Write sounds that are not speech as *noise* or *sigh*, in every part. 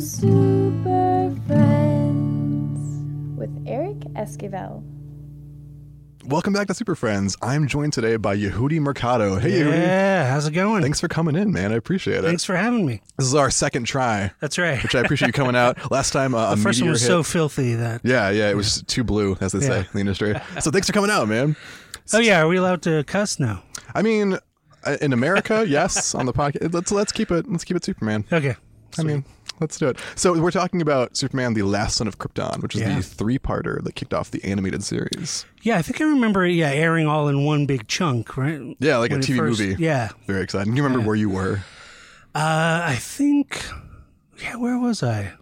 Super Friends with Eric Esquivel. Welcome back to Super Friends. I'm joined today by Yehudi Mercado. Hey, Yehudi. Yeah, how's it going? Thanks for coming in, man. I appreciate it. Thanks for having me. This is our second try, That's right. which I appreciate you coming *laughs* out. Last time, uh, a the first one meteor was hit. so filthy that. yeah, yeah, it was too blue, as they say Yeah. in the industry. So thanks for coming out, man. Oh yeah, are we allowed to cuss now? I mean, uh, in *laughs* America, yes, on the podcast. Let's let's keep it let's keep it Superman. Okay. I mean, let's do it. So we're talking about Superman: The Last Son of Krypton, which is Yeah. the three-parter that kicked off the animated series. Yeah, I think I remember. Yeah, airing all in one big chunk, right? Yeah, like When a it TV first- movie. Yeah, Very exciting. Do you remember where you were? uh, I think. Yeah, where was I? I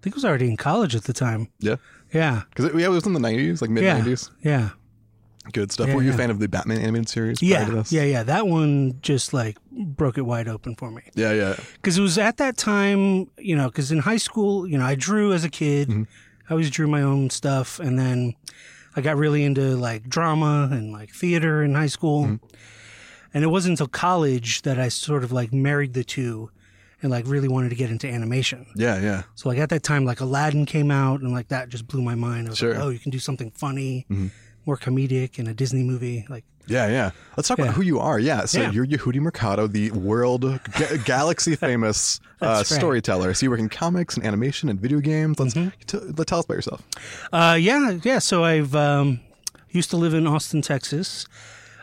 think I was already in college at the time. Yeah, Yeah, because it, yeah, it was in the '90s, like mid yeah, '90s. yeah, Good stuff. Yeah, were you a yeah. fan of the Batman animated series? prior to yeah, this? yeah, yeah. That one just like broke it wide open for me. yeah, yeah. because it was at that time, you know, because in high school, you know, I drew as a kid. I always drew my own stuff, and then I got really into like drama and like theater in high school. And it wasn't until college that I sort of like married the two, and like really wanted to get into animation. Yeah, yeah. So like at that time, like Aladdin came out, and like that just blew my mind. I was Sure. like, oh, you can do something funny, more comedic in a Disney movie, like. Yeah, yeah. Let's talk Yeah. about who you are. Yeah, so Yeah. you're Yehudi Mercado, the world *laughs* ga- galaxy famous uh, right. Mm-hmm. storyteller. So you work in comics and animation and video games. Let's t- let- tell us about yourself. *laughs* Uh, yeah, yeah. So I've um, used to live in Austin, Texas.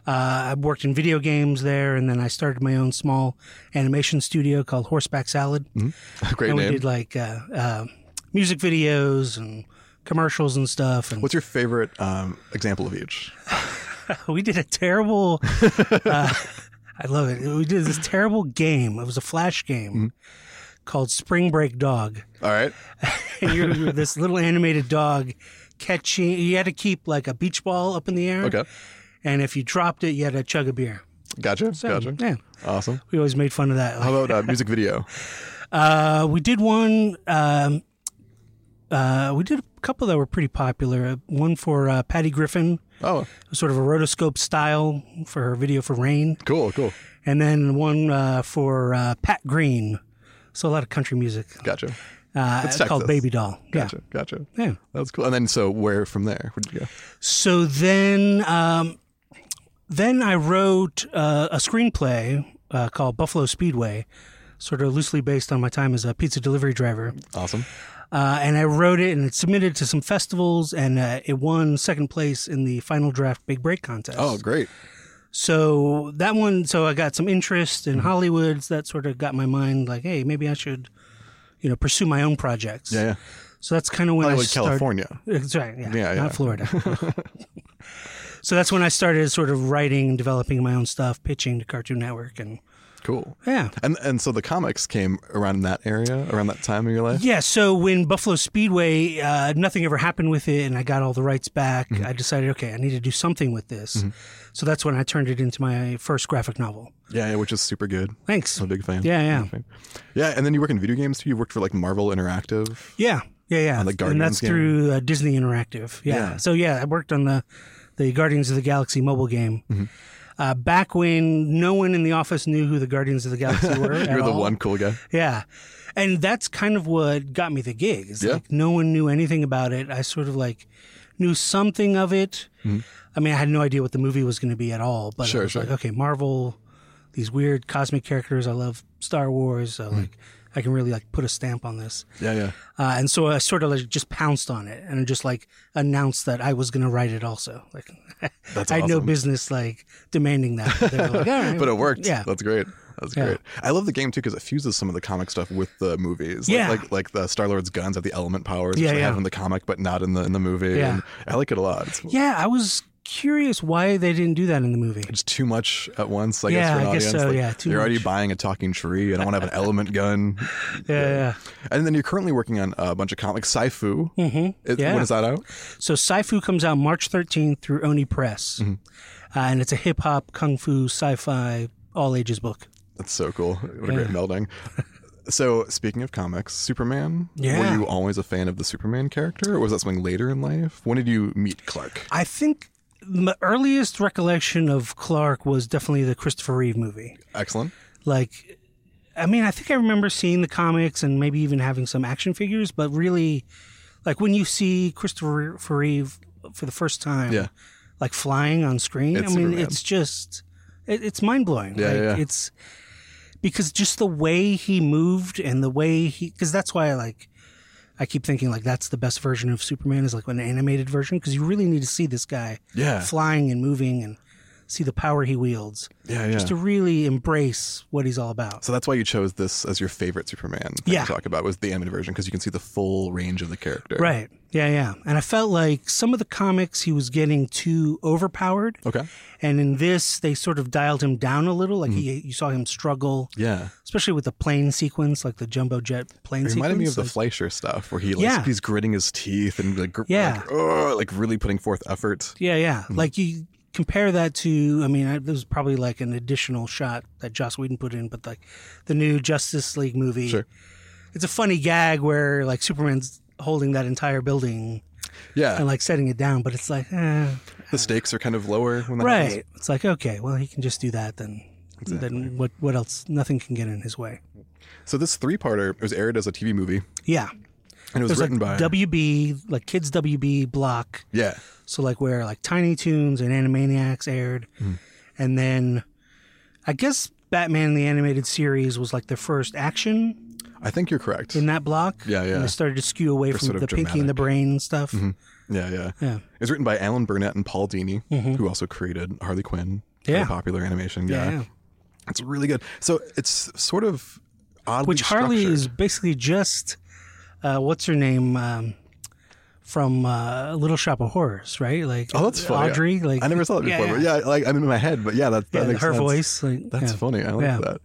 Uh, I worked in video games there, and then I started my own small animation studio called Horseback Salad. Mm-hmm. Great and we name. did like uh, uh, music videos and commercials and stuff. And What's your favorite um, example of each? *laughs* we did *laughs* a terrible. uh, *laughs* I love it. We did this terrible game. It was a flash game Mm-hmm. called Spring Break Dog. *laughs* All right. and you're, you're this little animated dog catching. You had to keep like a beach ball up in the air. Okay. And if you dropped it, you had to chug a beer. Gotcha. gotcha. Yeah. Awesome. We always made fun of that. How about uh, music video? Uh, we did one. Um, uh, we did a couple that were pretty popular. Uh, One for uh, Patty Griffin, Oh, sort of a rotoscope style for her video for Rain, cool, cool. and then one uh, for uh, Pat Green. So a lot of country music. Gotcha. Uh, it's Texas. called Baby Doll. Gotcha. Gotcha. Yeah. Yeah. That's cool. And then, so where from there? Where'd you go? So then, um, then I wrote uh, a screenplay uh, called Buffalo Speedway, sort of loosely based on my time as a pizza delivery driver. Awesome. Uh, and I wrote it and it submitted to some festivals and uh, it won second place in the final draft big break contest. Oh, great. So that one, so I got some interest Mm-hmm. in Hollywood. That sort of got my mind like, hey, maybe I should, you know, pursue my own projects. Yeah, yeah. So that's kind of when I Hollywood, Oh, started. California. That's right. Yeah. Yeah, yeah. Not Florida. *laughs* so that's when I started sort of writing and developing my own stuff, pitching to Cartoon Network and Cool. yeah. And and so the comics came around that area, around that time of your life. Yeah, so when Buffalo Speedway, uh, nothing ever happened with it, and I got all the rights back. Mm-hmm. I decided, okay, I need to do something with this. So that's when I turned it into my first graphic novel. Yeah, yeah, which is super good. Thanks. I'm a big fan. Yeah, yeah. Big fan. Yeah, and then you work in video games too. You worked for like Marvel Interactive. Yeah, yeah, yeah. the and Guardians that's game. through uh, Disney Interactive. Yeah. Yeah. So yeah, I worked on the the Guardians of the Galaxy mobile game. Mm-hmm. Uh, back when no one in the office knew who the Guardians of *laughs* the Galaxy were. at You're the all. one cool guy. Yeah. And that's kind of what got me the gig. It's Yeah. like no one knew anything about it. I sort of like knew something of it. I mean, I had no idea what the movie was going to be at all, but Mm-hmm. Sure, I was sure. like, okay, Marvel, these weird cosmic characters. I love Star Wars. Mm-hmm. So like, I can really like put a stamp on this. Yeah, yeah. Uh, and so I sort of like just pounced on it and just like announced that I was going to write it also. Like, *laughs* That's I had no awesome. business like demanding that. But, they were like, all *laughs* right. But it worked. Yeah. that's great. That's Yeah. great. I love the game too because it fuses some of the comic stuff with the movies. Like, Yeah. like like the Star Lord's guns have the element powers, Yeah, which they have yeah. in the comic, but not in the in the movie. Yeah. And I like it a lot. It's, Yeah, I was curious why they didn't do that in the movie. it's too much at once. I guess Yeah, for an I guess audience. so, Like, yeah, too you're already much. buying a talking tree. I don't want to *laughs* have an element gun. Yeah, yeah. And then you're currently working on a bunch of comics. Saifu. Mm-hmm. yeah. When is that out? So Saifu comes out March 13th through Oni Press, Mm-hmm. uh, and it's a hip hop, kung fu, sci-fi, all ages book. That's so cool. What a great melding. So, speaking of comics, Superman. Yeah. Were you always a fan of the Superman character, or was that something later in life? When did you meet Clark? I think the earliest recollection of Clark was definitely the Christopher Reeve movie. Excellent. Like, I mean, I think I remember seeing the comics and maybe even having some action figures, but really, like when you see Christopher Reeve for the first time, Yeah. like flying on screen, It's I mean, Superman. it's just, it, it's mind blowing. Yeah, like, yeah. It's because just the way he moved and the way he, because that's why I like, I keep thinking like that's the best version of Superman is like an animated version because you really need to see this guy Yeah. flying and moving and see the power he wields Yeah, yeah. just to really embrace what he's all about. so that's why you chose this as your favorite Superman. That Yeah. To talk about was the animated version because you can see the full range of the character. Right. Yeah, yeah. And I felt like some of the comics he was getting too overpowered. Okay. And in this, they sort of dialed him down a little. Like Mm-hmm. he, you saw him struggle, Yeah. especially with the plane sequence, like the jumbo jet plane It sequence. reminded me of the Like, Fleischer stuff where he like Yeah. he's gritting his teeth and like, gr- Yeah. like, "Ugh," like really putting forth effort. yeah, yeah. Mm-hmm. Like you compare that to, I mean, I, there was probably like an additional shot that Joss Whedon put in, but like the new Justice League movie. Sure. It's a funny gag where like Superman's holding that entire building Yeah. and like setting it down, but it's like, eh, the stakes are kind of lower when that happens. right. It's like okay, well, he can just do that then. Then what? What else? Nothing can get in his way. So this three-parter was aired as a TV movie Yeah, and it was, there's like written by WB, like kids WB block. Yeah. So like where like Tiny Toons and Animaniacs aired, Mm-hmm. and then I guess Batman the animated series was like their first action I think you're correct. in that block. Yeah, yeah. And they started to skew away from sort of the Pinky and the dramatic. Mm-hmm. Brain stuff. Yeah, yeah. Yeah. Mm-hmm. It was written by Alan Burnett and Paul Dini, who also created Harley Quinn, very Yeah. popular animation guy. Yeah, yeah. It's really good. So it's sort of oddly Which Harley structured. is basically just uh, what's her name um, from uh, Little Shop of Horrors, right? Like Oh, that's funny. Audrey. Like I never saw that Yeah, before. yeah. But yeah, like I'm in my head, but yeah, that, that Yeah, makes her sense. voice. Like, That's yeah. funny. I like Yeah. that.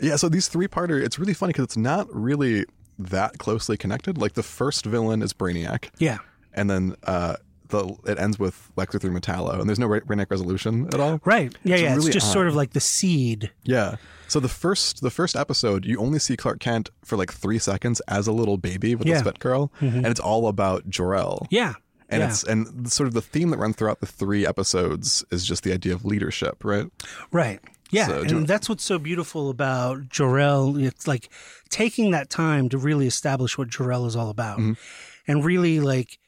Yeah, so these three parter, it's really funny because it's not really that closely connected. Like the first villain is Brainiac, Yeah, and then uh, the it ends with Lex Luthor and Metallo, and there's no Ra- Brainiac resolution at all. right. Yeah, It's yeah. really it's just sort of like the seed. Yeah. So the first the first episode, you only see Clark Kent for like three seconds as a little baby with Yeah. his vet girl, and it's all about Jor El. Yeah, And yeah. it's and sort of the theme that runs throughout the three episodes is just the idea of leadership, right? Right. Yeah, So, do you- and that's what's so beautiful about Jorel. It's like taking that time to really establish what Jorel is all about, Mm-hmm. and really like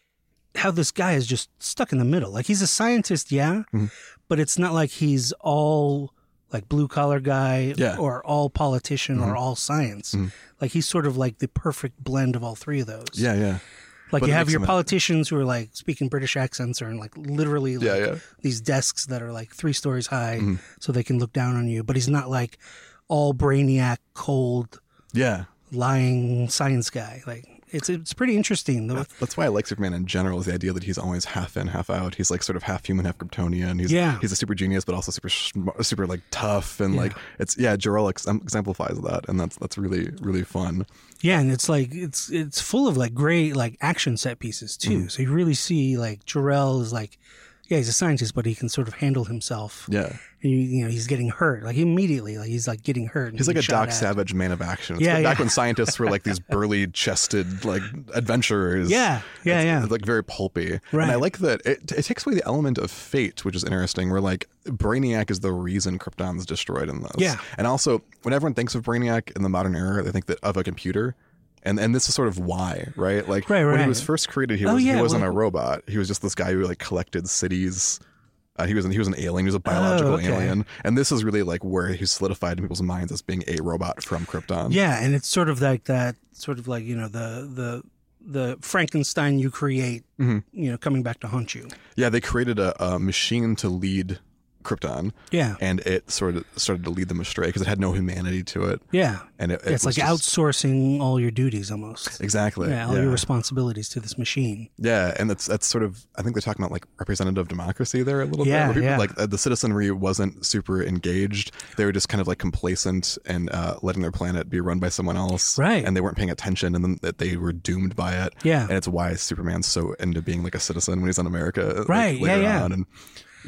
how this guy is just stuck in the middle. Like he's a scientist, yeah, Mm-hmm. but it's not like he's all like blue collar guy Yeah. Mm-hmm. or all politician or all science. Like he's sort of like the perfect blend of all three of those. Yeah, yeah. Like But you it have makes your him a- politicians who are like speaking British accents or in like literally like Yeah, yeah. Mm-hmm. these desks that are like three stories high so they can look down on you. But he's not like all brainiac, cold, Yeah. lying science guy. Like it's it's pretty interesting. The, That's why I like Superman in general is the idea that he's always half in, half out. He's like sort of half human, half Kryptonian. He's Yeah. he's a super genius, but also super smart, super like tough and like it's yeah. Jor-El ex- exemplifies that, and that's that's really really fun. yeah, and it's like it's it's full of like great like action set pieces Mm-hmm. too. So you really see like Jarrell is like yeah, he's a scientist, but he can sort of handle himself. Yeah, And you, you know, he's getting hurt like immediately. Like he's like getting hurt. and He's like a being shot Doc at. Savage man of action. It's Yeah, like back yeah. when scientists were *laughs* like these burly chested like adventurers. Yeah, yeah, It's- yeah. it's, like very pulpy. And I Right. like that it, it takes away the element of fate, which is interesting, where like Brainiac is the reason Krypton's destroyed in this. Yeah. And also, when everyone thinks of Brainiac in the modern era, they think that of a computer. And, and this is sort of why, right? Like Right, when he right. was first created, he, Oh, was, he yeah, wasn't well- a robot. He was just this guy who like collected cities. Uh, he was an, he was an alien. He was a biological Oh, okay. alien, and this is really like where he's solidified in people's minds as being a robot from Krypton. Yeah, and it's sort of like that, sort of like you know the the the Frankenstein you create, Mm-hmm. you know, coming back to haunt you. Yeah, they created a, a machine to lead Krypton, Yeah, and it sort of started to lead them astray because it had no humanity to it, yeah. and it, it it's was like just- outsourcing all your duties almost. Exactly. Yeah, all your responsibilities to this machine. Yeah, and that's that's sort of I think they're talking about like representative democracy there a little bit. Yeah, where people- yeah. Like uh, the citizenry wasn't super engaged; they were just kind of like complacent and uh, letting their planet be run by someone else, Right. And they weren't paying attention, and then that they were doomed by it. Yeah. and it's why Superman's so into being like a citizen when he's in America, like, Right, yeah, later yeah. on, and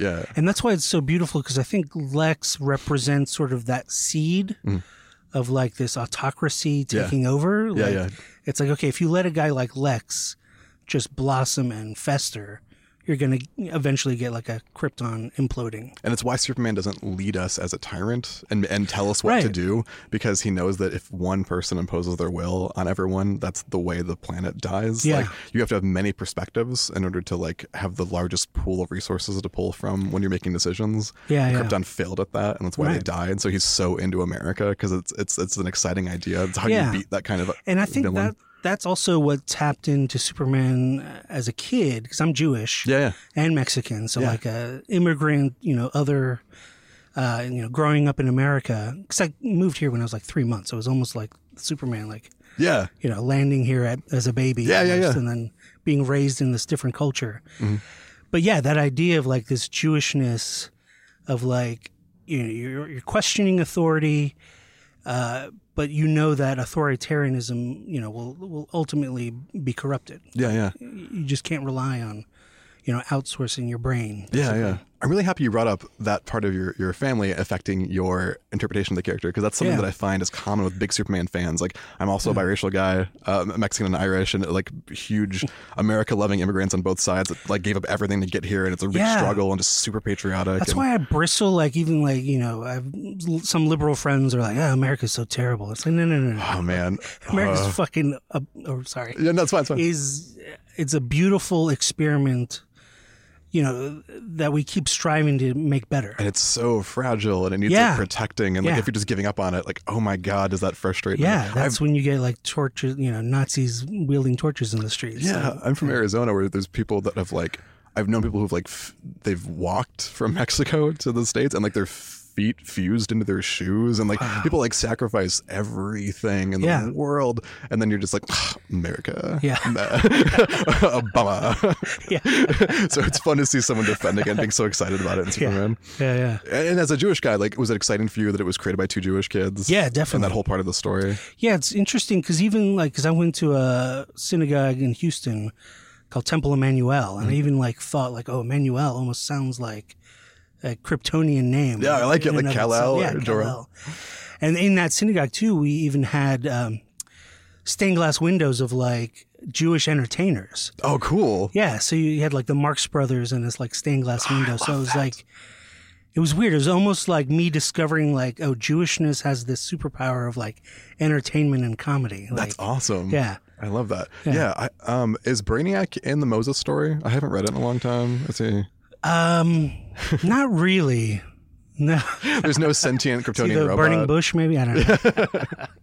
yeah, And that's why it's so beautiful because I think Lex represents sort of that seed of like this autocracy Mm. Yeah. taking over. Yeah, Like, yeah. It's like, okay, if you let a guy like Lex just blossom and fester, you're going to eventually get like a Krypton imploding. And it's why Superman doesn't lead us as a tyrant and, and tell us what to Right. do because he knows that if one person imposes their will on everyone, that's the way the planet dies. Like Yeah. you have to have many perspectives in order to like have the largest pool of resources to pull from when you're making decisions. Yeah, And yeah. Krypton failed at that and that's why Right. they died. So he's so into America because it's it's it's an exciting idea. It's how Yeah. you beat that kind of And I think villain. that that's also what tapped into Superman uh, as a kid because I'm Jewish yeah, yeah. and Mexican, so Yeah. like a immigrant, you know, other. Uh, you know, growing up in America, because I moved here when I was like three months, so it was almost like Superman, like Yeah. you know, landing here at, as a baby. Yeah, yeah, Mm-hmm. almost, yeah. And then being raised in this different culture. But yeah, that idea of like this Jewishness of like, you know, you're, you're questioning authority, uh, but you know that authoritarianism, you know, will, will ultimately be corrupted. Yeah, yeah. You just can't rely on, you know, outsourcing your brain. Yeah, yeah. I'm really happy you brought up that part of your, your family affecting your interpretation of the character because that's something Yeah. that I find is common with big Superman fans. Like, I'm also a biracial guy, uh, Mexican and Irish, and like *laughs* huge America loving immigrants on both sides that like gave up everything to get here, and it's a big Yeah. struggle and just super patriotic. That's and, why I bristle. Like even like you know, I've some liberal friends are like, "Oh, America's so terrible." It's like, no, no, *sighs* no, no. Oh man, *laughs* America's Uh, fucking. Uh, oh, sorry. yeah, no, it's fine. It's fine. is it's a beautiful experiment you know that we keep striving to make better and it's so fragile, and it needs Yeah. like, protecting. And like, Yeah. if you're just giving up on it, like, oh my god, does that frustrate me? yeah I've- that's when you get like torches you know nazis wielding torches in the streets Yeah, I'm from Arizona, where there's people that have like I've known people who've like f- they've walked from *laughs* Mexico to the states and like their feet fused into their shoes and like people like sacrifice everything in Yeah. the world and then you're just like "Ah, America, *laughs* Yeah. *laughs* a bummer. Yeah. *laughs* so it's fun to see someone defending it and being so excited about it in Superman. *laughs* yeah yeah And, and as a Jewish guy, like was it exciting for you that it was created by two Jewish kids? Yeah, And definitely. that whole part of the story. yeah it's interesting because even like because i went to a synagogue in houston called temple emmanuel and i Mm. even like thought like oh emmanuel almost sounds like a kryptonian name Yeah, I like it, In like and of itself. Kal-El yeah, or Jor-El. Kal-El. and in that synagogue too we even had um, stained glass windows of like jewish entertainers Oh, cool. yeah, so you had like the Marx Brothers and this like stained glass window. so it was like, it was weird. It was almost like me discovering like, oh, Jewishness has this superpower of like entertainment and comedy. Like, That's awesome. Yeah. I love that. Yeah. I, um, is Brainiac in the Moses story? I haven't read it in a long time. Let's see. um, not really. No, There's no *laughs* sentient Kryptonian the robot. burning bush, maybe I don't know. *laughs*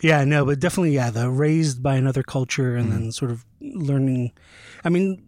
yeah, no, but definitely, yeah, the raised by another culture and Mm-hmm. then sort of learning. I mean.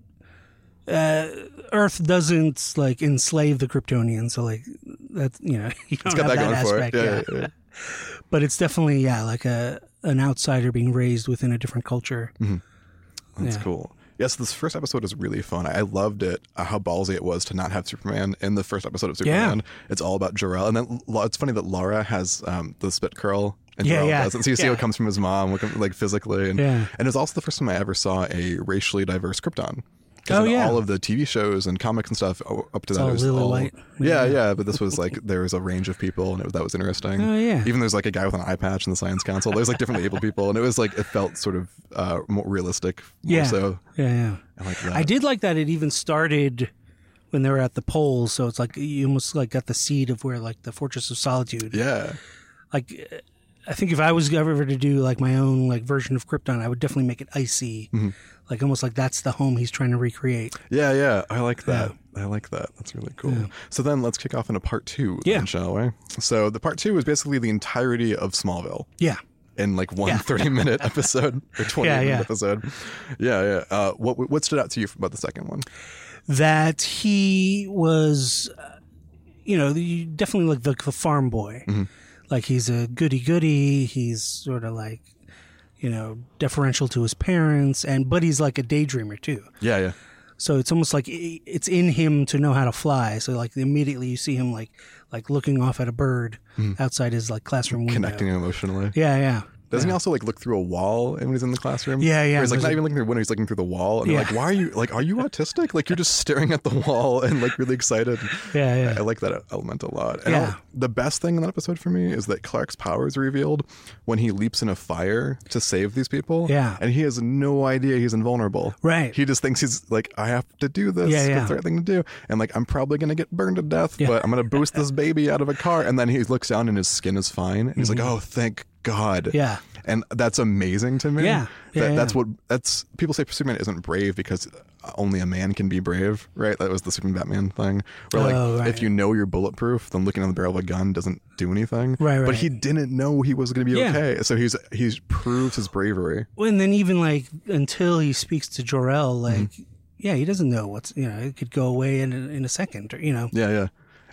Uh, Earth doesn't like enslave the Kryptonians, so like that's you know *laughs* you don't it's got that, have going aspect. for it. yeah. Yeah, yeah, yeah. but it's definitely yeah like a an outsider being raised within a different culture That's Yeah. cool. Yes, this first episode is really fun. I loved it. Uh, how ballsy it was to not have Superman in the first episode of Yeah. Superman. It's all about Jor-El, and then Lau- it's funny that Laura has um, the spit curl. And Yeah, Jor-El yeah, doesn't. So you see yeah. how it comes from his mom, like- like physically, and Yeah. and it's also the first time I ever saw a racially diverse Krypton. 'Cause Oh, in yeah. all of the TV shows and comics and stuff o- up to that all it was lily all white. Yeah, yeah, but this was like there was a range of people, and it, that was interesting. Oh, yeah. Even there's like a guy with an eye patch in the Science Council. There's like differently able people, and it was like it felt sort of uh, more realistic. More yeah So yeah yeah I like that. i did like that it even started when they were at the polls so it's like you almost like got the seed of where like the fortress of solitude yeah. like uh, i think if i was ever to do like my own like version of krypton i would definitely make it icy like almost like that's the home he's trying to recreate Yeah, yeah. I like that. I like that. That's really cool. So then let's kick off into part two, then, Yeah. shall we? So the part two is basically the entirety of Smallville. yeah in like one 30 minute *laughs* episode or 20 Yeah, minute yeah. episode. Yeah, yeah. Uh, what what stood out to you about the second one? that he was, uh, you know, you definitely like the, the farm boy. Like he's a goody goody. He's sort of like, you know, deferential to his parents, and but he's like a daydreamer too. Yeah, yeah. So it's almost like i it's in him to know how to fly. So like immediately you see him like like looking off at a bird outside his like classroom window. Connecting emotionally. Yeah, yeah. Doesn't he also like look through a wall when he's in the classroom? Yeah, yeah, Or he's like there's not a- even looking through the window; he's looking through the wall. And they're Yeah. like, "Why are you like? Are you autistic? Like you're just staring at the wall and like really excited." Yeah, yeah. I, I like that element a lot. And Yeah. I'll- the best thing in that episode for me is that Clark's power is revealed when he leaps in a fire to save these people. Yeah. and he has no idea he's invulnerable. Right. He just thinks he's like, "I have to do this. Yeah, it's yeah. the right thing to do." And like, I'm probably gonna get burned to death, but I'm gonna *laughs* boost this baby out of a car. And then he looks down and his skin is fine, and he's like, "Oh, thank God." Mm-hmm. Yeah. and that's amazing to me. Yeah. Yeah, that, yeah. that's what that's people say Superman isn't brave because only a man can be brave, right? That was the Superman Batman thing, where like Oh, right. if you know you're bulletproof, then looking on the barrel of a gun doesn't do anything. Right, But right. he didn't know he was going to be Yeah. okay, so he's he's proved his bravery. Well, and then even like until he speaks to Jorel, like yeah, he doesn't know what's you know it could go away in a, in a second, or, you know. Yeah, yeah.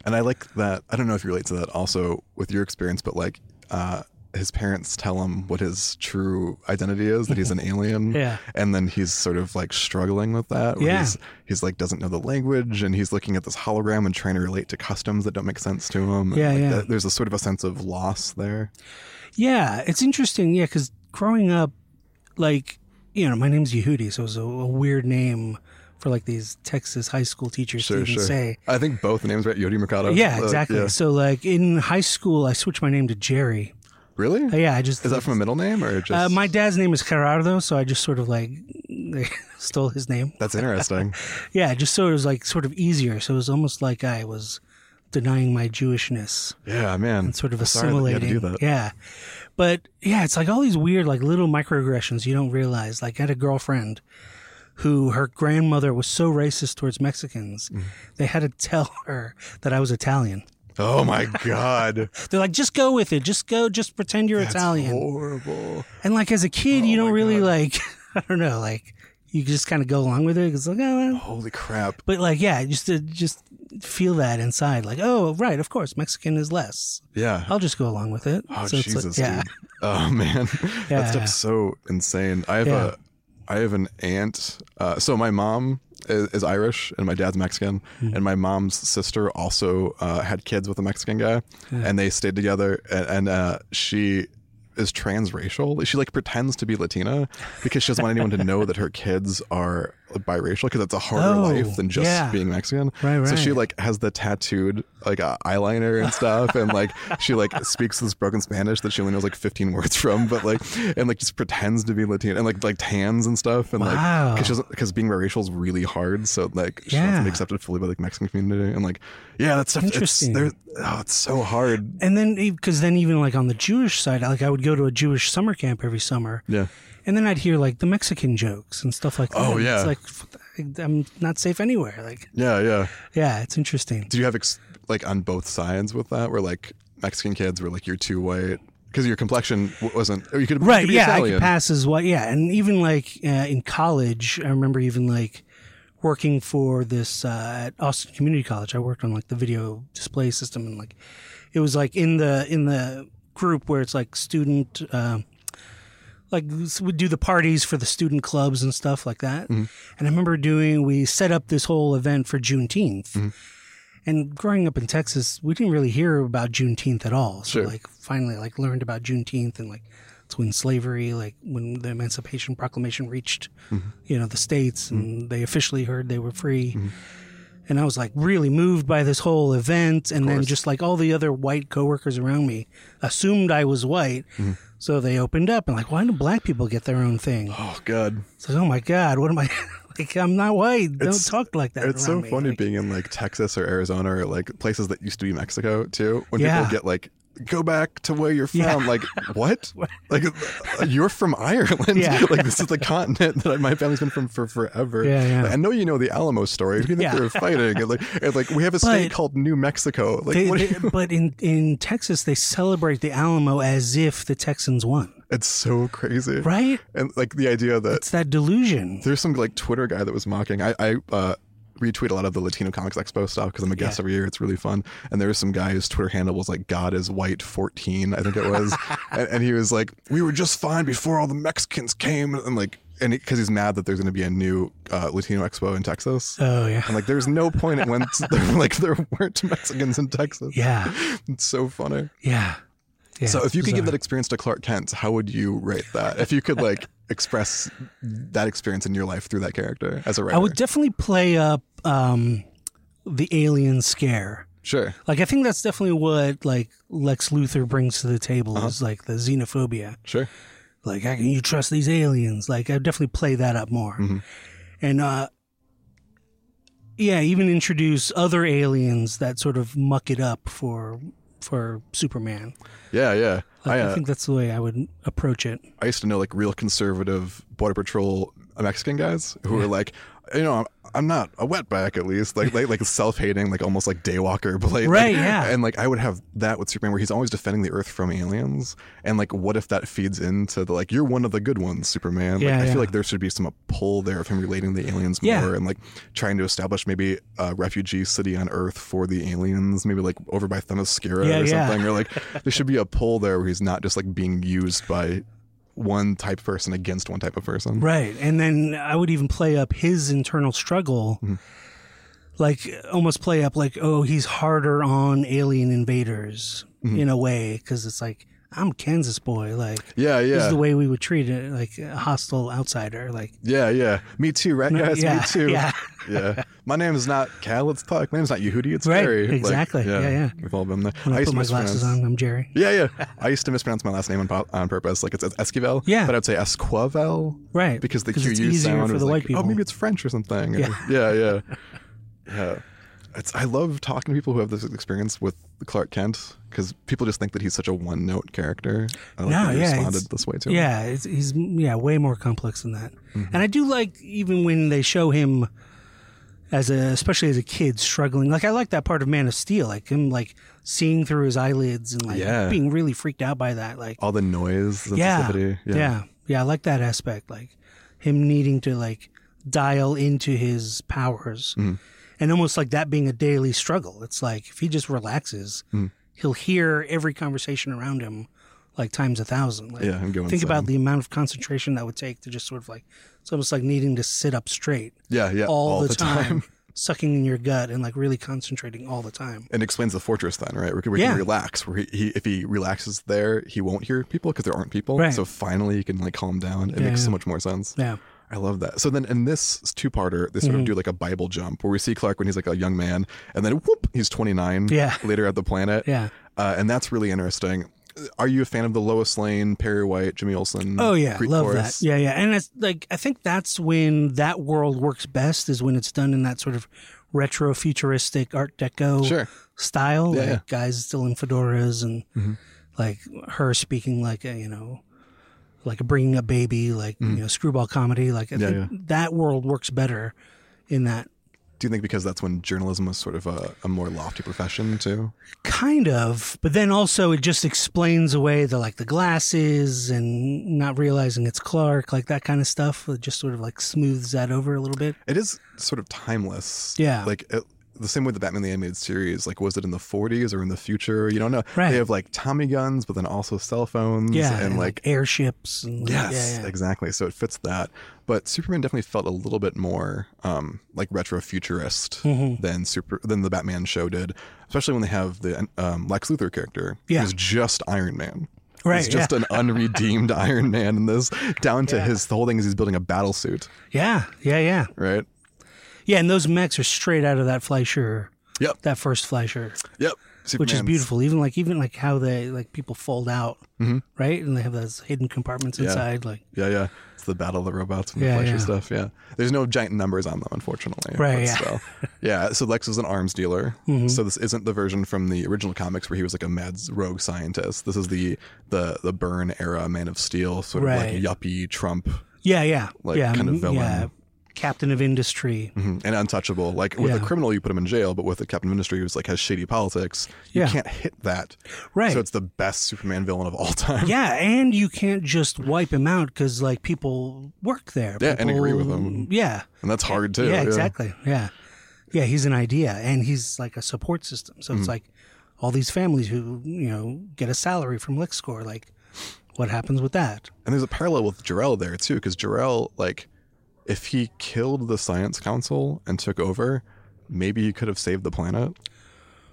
And I like that. I don't know if you relate to that also with your experience, but like uh, his parents tell him what his true identity is that he's *laughs* an alien. Yeah. And then he's sort of like struggling with that. where Yeah. He's, he's like doesn't know the language and he's looking at this hologram and trying to relate to customs that don't make sense to him. And, Yeah, like, yeah. that- there's a sort of a sense of loss there. Yeah, it's interesting. Yeah, because growing up, like you know, my name's Yehudi, so it was a, a weird name for like these Texas high school teachers to even say. I think both the names right. Yodi Mercado. Yeah, Uh, exactly. yeah. So like in high school, I switched my name to Jerry. Really? Uh, yeah, I just Is that from a middle name or just? uh, my dad's name is Gerardo, so I just sort of like *laughs* stole his name. That's *laughs* interesting. Yeah, just so it was like sort of easier. So it was almost like I was denying my Jewishness yeah, man. and sort of I'm sorry that you had assimilating. to do that. Yeah. But yeah, it's like all these weird like little microaggressions you don't realize. Like I had a girlfriend who her grandmother was so racist towards Mexicans, Mm-hmm. they had to tell her that I was Italian. Oh my god. They're like, just go with it. Just go. Just pretend you're That's Italian. horrible. And like as a kid, you Oh, don't my really God. like. *laughs* I don't know. Like you just kind of go along with it. It's like, oh, well, Holy crap. but like yeah just to just feel that inside like oh right of course mexican is less Yeah. i'll just go along with it Oh Oh, So it's like- Jesus, yeah dude. Oh *laughs* man, that Yeah. stuff's so insane. I have Yeah. a, I have an aunt. Uh, so my mom is, is Irish and my dad's Mexican, Hmm. and my mom's sister also uh, had kids with a Mexican guy, and they stayed together. And, and uh, she is transracial. She like pretends to be Latina because she doesn't want anyone to know that her kids are biracial because it's a harder Oh, life than just yeah. being Mexican. Right, So she right. like has the tattooed like uh, eyeliner and stuff, and *laughs* like she like speaks this broken Spanish that she only knows like 15 words from, but like and like just pretends to be Latina and like like tans and stuff, and Wow. like because because being biracial is really hard, so like she wants to Yeah. be accepted fully by the Mexican community, and like yeah, that stuff. Interesting. It's, there- oh, it's so hard. and then because then even like on the jewish side like i would go to a jewish summer camp every summer Yeah. and then i'd hear like the mexican jokes and stuff like that Oh, yeah. it's like f- i'm not safe anywhere like Yeah, yeah. yeah it's interesting Did you have ex- like on both sides with that, where like Mexican kids were like you're too white because your complexion w- wasn't or you could you right could be yeah i Italian. could pass as what yeah and even like uh, in college i remember even like working for this uh, at austin community college i worked on like the video display system and like it was like in the in the group where it's like student uh, like would do the parties for the student clubs and stuff like that and i remember doing we set up this whole event for juneteenth and growing up in Texas, we didn't really hear about Juneteenth at all. So Sure. like finally like learned about Juneteenth and like it's when slavery, like when the Emancipation Proclamation reached, you know, the states and they officially heard they were free. And I was like really moved by this whole event, and then just like all the other white coworkers around me assumed I was white, Mm-hmm. so they opened up and like, why do black people get their *gasps* own thing? Oh god. It's like, oh my god, what am I? *laughs* like, I'm not white. Don't It's- talk like that. It's so around me. funny Like, being in like Texas or Arizona or like places that used to be Mexico too. When Yeah. people get like, go back to where you're from, Yeah. *laughs* like what? like you're from Ireland. Yeah. *laughs* like this is the continent that my family's been from for forever. Yeah, yeah. Like, I know you know the Alamo story. Who do you think Yeah. they were fighting? And like, and, like we have a state *laughs* But- called New Mexico. Like They- what do they- you- *laughs* but in, in Texas, they celebrate the Alamo as if the Texans won, it's so crazy. right? And like the idea that It's that delusion. there's some like Twitter guy that was mocking. I, I uh, retweet a lot of the Latino Comics Expo stuff because I'm a guest Yeah. every year. It's really fun. And there was some guy whose Twitter handle was like "God is white 14," I think it *laughs* was, and, and he was like, "We were just fine before all the Mexicans came," and like, and because he's mad that there's going to be a new uh, Latino Expo in Texas. Oh, yeah. and like, there's no point at *laughs* when like there weren't Mexicans in Texas. Yeah. It's so funny. Yeah. Yeah, so if you could give that bizarre. experience to Clark Kent, how would you rate that? If you could like express that experience in your life through that character as a writer, I would definitely play up um, the alien scare. sure. Like I think that's definitely what like Lex Luthor brings to the table Uh-huh. is like the xenophobia. Sure. Like how can you trust these aliens? Like I definitely play that up more. Mm-hmm. And uh yeah, even introduce other aliens that sort of muck it up for for Superman. Yeah, yeah. I, Like, I uh, think that's the way I would approach it. I used to know like real conservative border patrol Mexican guys who were like, you know, I'm, I'm not a wetback at least, like like, like self hating, like almost like daywalker, *laughs* but like, Right, like- yeah. And like I would have that with Superman where he's always defending the Earth from aliens, and like what if that feeds into the like you're one of the good ones, Superman? Like, Yeah, I yeah. feel like there should be some pull there of him relating the aliens Yeah. more and like trying to establish maybe a refugee city on Earth for the aliens, maybe like over by Themyscira Yeah, or yeah. something, *laughs* or like there should be a pull there where he's not just like being used by one type of person against one type of person. Right. And then I would even play up his internal struggle. Mm-hmm. Like almost play up like oh he's harder on alien invaders Mm-hmm. in a way cuz it's like I'm Kansas boy like Yeah, this yeah. is the way we would treat it like a hostile outsider like yeah, yeah. Me too, *laughs* right, guys? yeah, Me too. yeah. *laughs* Yeah. My name is not Cal, it's Puck. My name's not Yehudi, it's Right, Barry. Like, exactly. Yeah, yeah. We've all been there. when I used put to my mispronounce- glasses on I'm Jerry Yeah, yeah. I used to mispronounce my last name on, po- on purpose. Like it's Esquivel. Yeah. But I would say Esquivel. right Because the it's QU easier sound for was the like, white people oh, maybe it's French or something. Yeah. *laughs* yeah, yeah. Yeah. It's, I love talking to people who have this experience with Clark Kent because people just think that he's such a one note character. I like No, that you yeah, responded it's- this way to him. Mm-hmm. yeah it's, he's yeah way more complex than that and I do like even when they show him as a especially as a kid struggling like I like that part of Man of Steel like him like seeing through his eyelids and like Yeah. being really freaked out by that like All the noise, yeah, sensitivity. yeah yeah I like that aspect like him needing to like dial into his powers and almost like that being a daily struggle it's like if he just relaxes he'll hear every conversation around him like times a thousand like Yeah, I'm going think insane. about the amount of concentration that would take to just sort of like it's almost like needing to sit up straight Yeah, yeah. all, the, time, sucking in your gut and like really concentrating all *laughs* the time *laughs* And explains the fortress then, right? Where, where he Yeah. can relax. Where he, he, if he relaxes there, he won't hear people because there aren't people. Right. So finally, he can like calm down. It Yeah, makes so yeah. much more sense. yeah I love that. So then in this two-parter, they sort Mm. of do like a Bible jump where we see Clark when he's like a young man, and then whoop, he's 29. Yeah. Later at the planet. yeah Uh, and that's really interesting. Are you a fan of the Lois Lane, Perry White, Jimmy Olsen? Oh yeah, Greek love chorus? that. Yeah, yeah, and it's like I think that's when that world works best is when it's done in that sort of retro futuristic Art Deco Sure. style. Yeah, like yeah. Mm-hmm. guys still in fedoras and like her speaking like a, you know, like bringing a baby, like you know, screwball comedy. Like I Mm. Yeah, think that world works better in that Do you think because that's when journalism was sort of a, a more lofty profession too? kind of but then also it just explains away the like the glasses and not realizing it's clark like that kind of stuff it just sort of like smooths that over a little bit It is sort of timeless. Yeah. Like it, the same way the Batman the Animated Series, like was it in the 40s or in the future? You don't know. Right. They have like Tommy guns, but then also cell phones. yeah And, like, airships and yes, yeah, yeah. exactly. So it fits that. But Superman definitely felt a little bit more um, like retro futurist Mm-hmm. than super than the Batman show did, especially when they have the um, Lex Luthor character Yeah. who's just Iron Man. right He's just yeah. an unredeemed *laughs* Iron Man in this, down to his the whole thing is he's building a battle suit, yeah yeah yeah right? yeah and those mechs are straight out of that fleischer Yep. that first fleischer Yep. which is Superman's- beautiful even like even like how they like people fold out right and they have those hidden compartments inside like Mm-hmm. Yeah, yeah. It's the Battle of the Robots and Yeah, the Fleischer yeah. stuff. Yeah. There's no giant numbers on them, unfortunately. Right, but yeah. Still. Mm-hmm. *laughs* Yeah. So Lex is an arms dealer. So this isn't the version from the original comics where he was like a mad rogue scientist. This is the the the Burn era Man of Steel, sort Right. of like yuppie Trump yeah yeah Like, yeah kind of mm, villain. yeah captain of industry mhm, and untouchable. Like with a Yeah. criminal, you put him in jail, but with a captain of industry who's like has shady politics, you Yeah. can't hit that. right So it's the best Superman villain of all *laughs* time. Yeah, and you can't just wipe him out because like people work there. Yeah, and agree with People- him. Yeah, And that's hard too. yeah, exactly. Yeah, yeah, he's an idea, and he's like a support system. Mm. So it's like all these families who you know get a salary from LixScore. Like, what happens with that? And there's a parallel with Jarrell there too, because Jarrell, like, if he killed the Science Council and took over, maybe he could have saved the planet.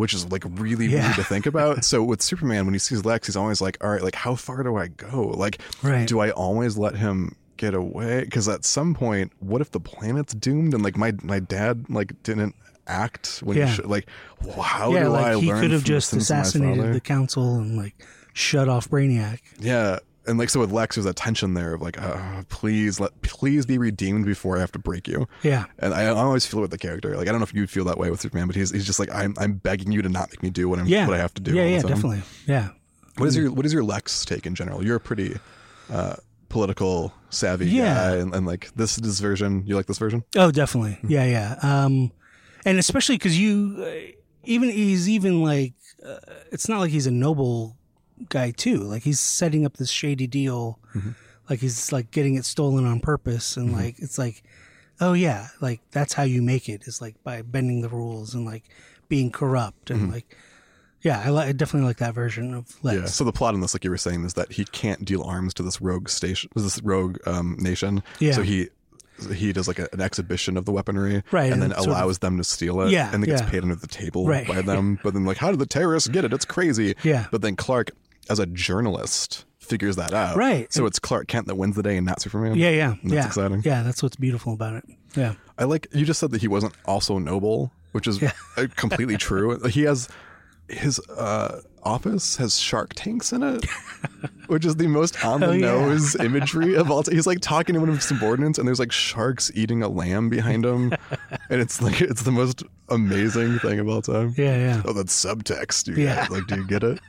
which is like really Yeah. weird to think about. so with Superman, when he sees Lex, he's always like, all right, like how far do I go? Like, Right. do I always let him get away? Because at some point, what if the planet's doomed and like my my dad like didn't act when Yeah. he should? Like, wow, how yeah, Oh, do like I he learn could have from the just sins of my assassinated father? the council and like shut off Brainiac. Yeah. And like so with Lex, there's that tension there of like, uh, please let please be redeemed before I have to break you. Yeah, And I, I always feel with the character. Like I don't know if you feel that way with Superman, but he's he's just like I'm I'm begging you to not make me do what I'm yeah. what I have to do. Yeah, all the yeah, time. definitely. Yeah, What is your what is your Lex take in general? You're a pretty uh, political savvy Yeah. guy, and, and like this this version, you like this version? Oh, definitely. Hmm. Yeah, yeah. Um, and especially because you, uh, even he's even like, uh, it's not like he's a noble guy too. Like he's setting up this shady deal, Mm-hmm. like he's like getting it stolen on purpose, and like it's like, oh yeah, like that's how you make it is like by bending the rules and like being corrupt Mm-hmm. and like, yeah, I, li- I definitely like that version of Lex. Yeah. So the plot on this, like you were saying, is that he can't deal arms to this rogue station, this rogue um, nation. Yeah. So he he does like a, an exhibition of the weaponry, Right, and, and then sort of- allows them to steal it. Yeah, And then gets yeah. paid under the table Right. by *laughs* them. But then, like, how did the terrorists get it? It's crazy. Yeah. But then Clark, as a journalist, figures that out. Right. So it's Clark Kent that wins the day, and not Superman. Yeah, yeah, That's yeah. exciting. Yeah, that's what's beautiful about it. Yeah, I like you just said that he wasn't also noble, which is uh completely *laughs* true. He has his uh, office has shark tanks in *laughs* it, which is the most on the Oh, yeah. *laughs* nose imagery of all. Time. He's like talking to one of his subordinates, and there's like sharks eating a lamb behind *laughs* him, and it's like it's the most amazing thing of all time. yeah, yeah. Oh, that's subtext. You Yeah. guys. Like, do you get *laughs* it?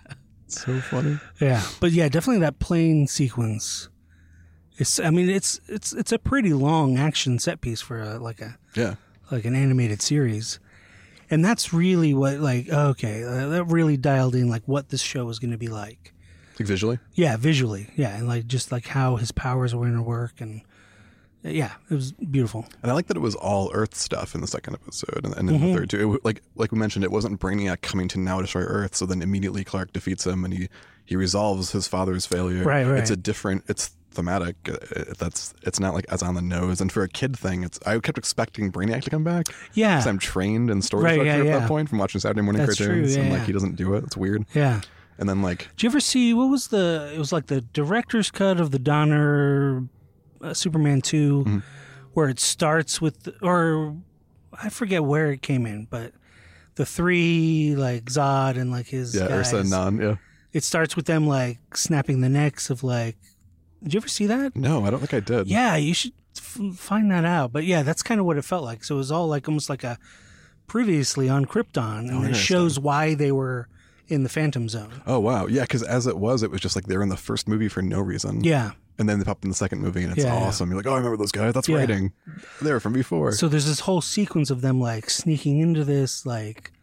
It's so funny. Yeah, but yeah, definitely that plane sequence. It's I mean it's it's it's a pretty long action set piece for a, like a Yeah. like an animated series, and that's really what like okay uh, that really dialed in like what this show was going to be like. Like visually. Yeah, visually, yeah, and like just like how his powers were going to work, and yeah, it was beautiful. And I like that it was all Earth stuff in the second episode and, and in Mm-hmm. the third too. It, w- like like we mentioned, it wasn't Brainiac coming to now destroy Earth. So then immediately Clark defeats him and he he resolves his father's failure. Right, right. It's a different. It's thematic. Uh, it- That's it's not like as on the nose. And for a kid thing, it's I kept expecting Brainiac to come back. Yeah, Because I'm trained in story Right, yeah, structure at yeah. that point from watching Saturday morning That's true, cartoons, and yeah, like yeah. he doesn't do it. It's weird. yeah. And then like Did you ever see what was the? It was like the director's cut of the Donner uh, Superman 2 Mm-hmm. where it starts with, or I forget where it came in, but the three like Zod and like his yeah, guys, Ursa and Nan. Yeah. It starts with them like snapping the necks of like. Did you ever see that? No, I don't think I did. Yeah, you should f- find that out. But yeah, that's kind of what it felt like. So it was all like almost like a previously on Krypton, and it Oh, interesting. shows why they were in the Phantom Zone. Oh wow. Yeah. Because as it was, it was just like they're in the first movie for no reason. Yeah. And then they popped in the second movie, and it's Yeah, yeah. awesome. You're like, oh, I remember those guys. That's Yeah. writing. They were from before. So there's this whole sequence of them like sneaking into this like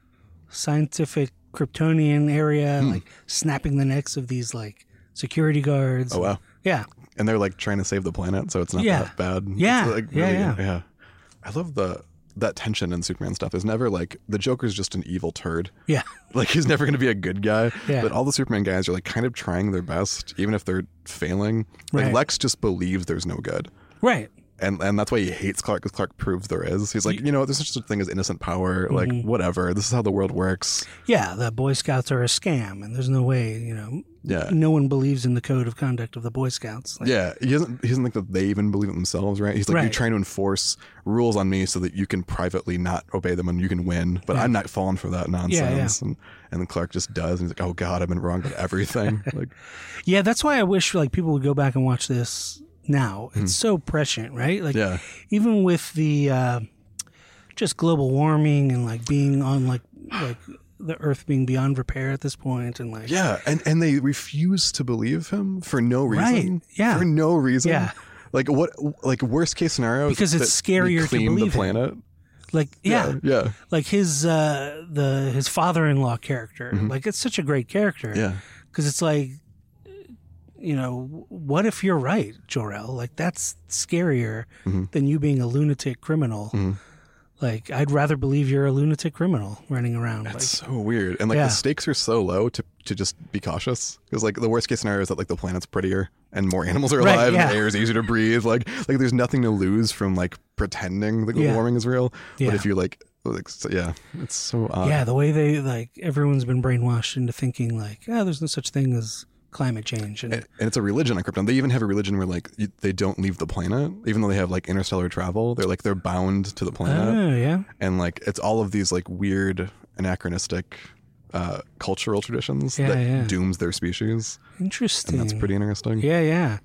scientific Kryptonian area, Hmm. like snapping the necks of these like security guards. oh wow! Yeah, And they're like trying to save the planet, so it's not Yeah. that bad. It's, Yeah. like, Yeah, yeah. I love the that tension in Superman stuff. There's never like the Joker's just an evil turd. *laughs* yeah, *laughs* Like he's never going to be a good guy. Yeah. But all the Superman guys are like kind of trying their best, even if they're failing. Like Right. Lex just believes there's no good. right. and and that's why he hates Clark because Clark proves there is. He's like, you know, there's such a thing as innocent power. Like, Mm-hmm. whatever. This is how the world works. Yeah, the Boy Scouts are a scam, and there's no way you know. Yeah, No one believes in the code of conduct of the Boy Scouts. Like, yeah. He doesn't. He doesn't think that they even believe it themselves, right? He's like, you're Right. trying to enforce rules on me so that you can privately not obey them and you can win. But I'm not falling for that nonsense. And and then Clark just does, and he's like, oh god, I've been wrong about *laughs* everything. like, yeah, that's why I wish like people would go back and watch this now. It's so prescient, right? Like Hmm. yeah, even with the uh, just global warming and like being on like like the earth being beyond repair at this point and like yeah. And and they refuse to believe him for no reason. Right, yeah. for no reason. Yeah. Like what? Like worst case scenario is Because it's that we scarier to clean believe the it. planet. like yeah, yeah. like his uh the his father-in-law character like it's such a great character Mm-hmm. Yeah. because it's like you know what if you're right Jorel like that's scarier Mm-hmm. than you being a lunatic criminal like I'd rather believe you're a lunatic criminal running around like, It's so weird. And like Yeah. the stakes are so low to, to just be cautious. Because like the worst case scenario is that like the planet's prettier and more *laughs* animals are Right, alive and yeah. the air is easier to breathe. Like like there's nothing to lose from like pretending that global Yeah. warming is real. Yeah. But if you like Like, so- yeah, it's so odd. yeah, the way they like everyone's been brainwashed into thinking like, oh, there's no such thing as climate change, and And and it's a religion on Krypton. They even have a religion where like you- they don't leave the planet, even though they have like interstellar travel. They're like they're bound to the planet, oh yeah, uh, and like it's all of these like weird anachronistic uh, cultural traditions Yeah, that yeah. dooms their species. interesting. And that's pretty interesting. Yeah, yeah.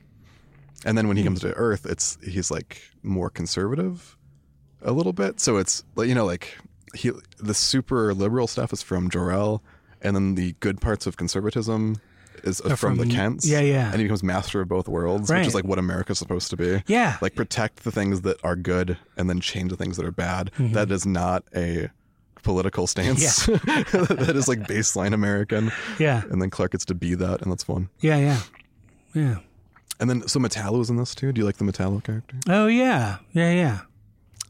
And then when he comes Hmm. to Earth, it's he's like more conservative, a little bit. So it's like you know like he the super liberal stuff is from Jor El, and then the good parts of conservatism is from, the from- Kents. yeah, yeah. And he becomes master of both worlds, which Right. is like what America's supposed to be. Yeah. Like protect the things that are good and then change the things that are bad. Mm-hmm. That is not a political stance. *laughs* that is like baseline American. yeah. And then Clark gets to be that, and that's fun. Yeah, yeah. Yeah. And then so Metallo is in this too. Do you like the Metallo character? Oh yeah. Yeah, yeah.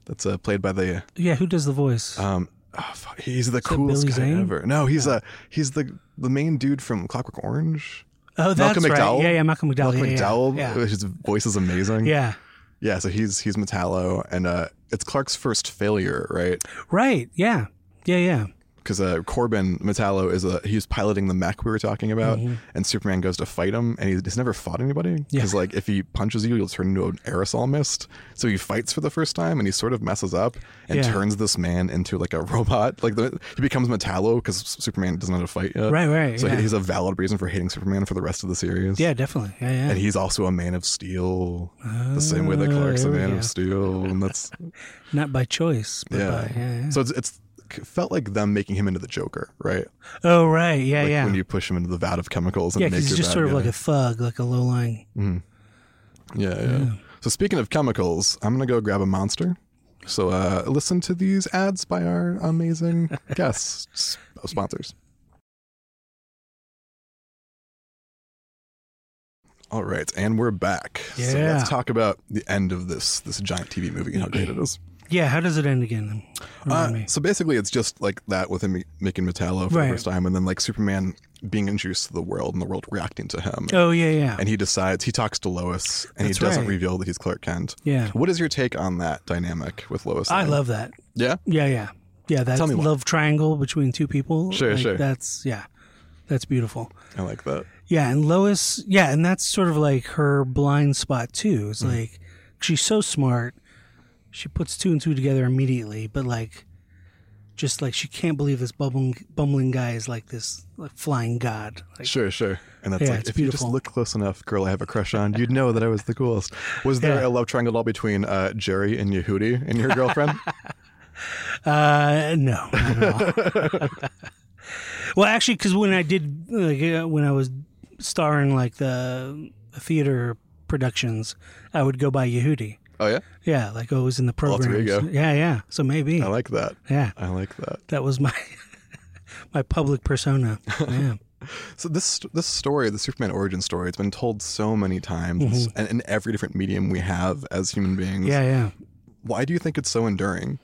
That's uh, played by the Yeah, who does the voice? um. oh, fuck, he's the that coolest Billy guy Zane? ever. No, he's uh he's the the main dude from Clockwork Orange. oh, that's Malcolm right. McDowell? Yeah, yeah, Malcolm McDowell. Malcolm Oh, yeah, McDowell. Yeah. yeah. *laughs* His voice is amazing. Yeah. Yeah, so he's he's Metallo, and uh, it's Clark's first failure, right? Right. Yeah. Yeah, yeah. Because uh, Corbin Metallo is a he's piloting the mech we were talking about, and Superman goes to fight him, and he's, he's never fought anybody. Mm-hmm. Yeah. Because like if he punches you, you'll turn into an aerosol mist. So he fights for the first time, and he sort of messes up and Yeah. turns this man into like a *laughs* robot. Like the, he becomes Metallo because Superman doesn't know how to fight yet. Right, right. So yeah. he, he's a valid reason for hating Superman for the rest of the series. yeah, definitely. Yeah, yeah. And he's also a man of steel, the same way that Oh, Clark's a there we man go. of steel, and *laughs* that's Not by choice, but yeah. by yeah, yeah. So it's, it's it felt like them making him into the Joker, right? Oh right, yeah, Like yeah. when you push him into the vat of chemicals and yeah, make 'cause he's your just bad sort of guy. Mm. like a thug, like a low lying. yeah, yeah, So speaking of chemicals, I'm gonna go grab a monster. So uh, listen to these ads by our amazing *laughs* guests, uh, sponsors. All right, and we're back. So Yeah. let's talk about the end of this this giant TV movie and how great it is. Yeah, how does it end again? *clears throat* Remind Uh, me. so basically, it's just like that with him making Metallo for Right. the first time, and then like Superman being introduced to the world and the world reacting to him. Oh yeah, yeah. And he decides he talks to Lois, and That's he doesn't right. reveal that he's Clark Kent. Yeah. What is your take on that dynamic with Lois? I Lane? love that. Yeah. Yeah, yeah. Yeah, that Tell me why. love triangle between two people. Sure, like, sure. That's yeah. That's beautiful. I like that. Yeah, and Lois, yeah, and that's sort of like her blind spot too. It's like she's so smart. She puts two and two together immediately, but like just like she can't believe this bumbling, bumbling guy is like this like flying god. Like, Sure, sure. And that's Yeah, like it's if you beautiful. just look close enough, girl, I have a crush on, you'd know that I was the coolest. Was there a Yeah. love triangle at all between uh, Jerry and Yehudi and your *laughs* girlfriend? Uh, no. not at all. *laughs* well, actually, because when I did, like, uh, when I was starring like the theater productions, I would go by Yehudi. oh yeah, Yeah, like always in the Alter program. ego. Yeah, yeah. So maybe. I like that. yeah, I like that. that was my *laughs* my *laughs* public persona. Yeah, So this this story, the Superman origin story, it's been told so many times, and in every different medium we have as human beings. Mm-hmm. yeah, yeah. Why do you think it's so enduring?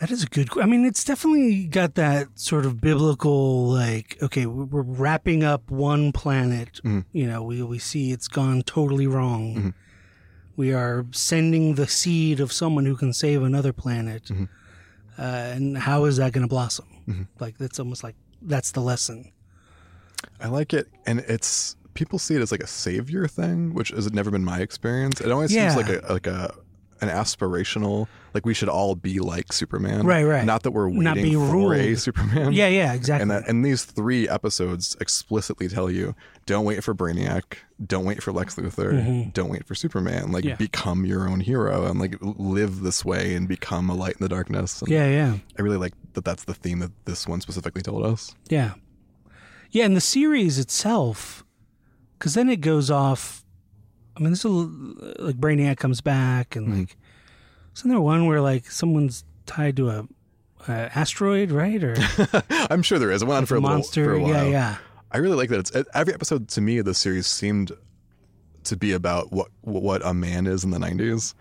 That is a good. qu- I mean, it's definitely got that sort of biblical, like, okay, we're we're wrapping up one planet. Mm-hmm. You know, we we see it's gone totally wrong. We are sending the seed of someone who can save another planet, Mm-hmm. uh, and how is that going to blossom? Like, that's almost like that's the lesson. I like it, and it's people see it as like a savior thing, which has never been my experience. It always Yeah. seems like a like a an aspirational, like we should all be like Superman, Right, right. Not that we're waiting Not be for a *laughs* ruled. Superman, Yeah, yeah, Um, exactly. And that and these three episodes explicitly tell you: don't wait for Brainiac, don't wait for Lex Luthor, don't wait for Superman. Like Mm-hmm. Yeah. become your own hero and like live this way and become a light in the darkness. And yeah, yeah. I really like that. That's the theme that this one specifically told us. *laughs* Yeah. Yeah, and the series itself, because then it goes off. I mean, this will, like Brainiac comes back, Hmm. and like, isn't there one where like someone's tied to a, a asteroid, *laughs* right? Or I'm sure there is. It went on for a little- monster? for a while. Yeah, yeah. I really like that. It's e, every episode to me of the series seemed to be about what what a man is in the '90s.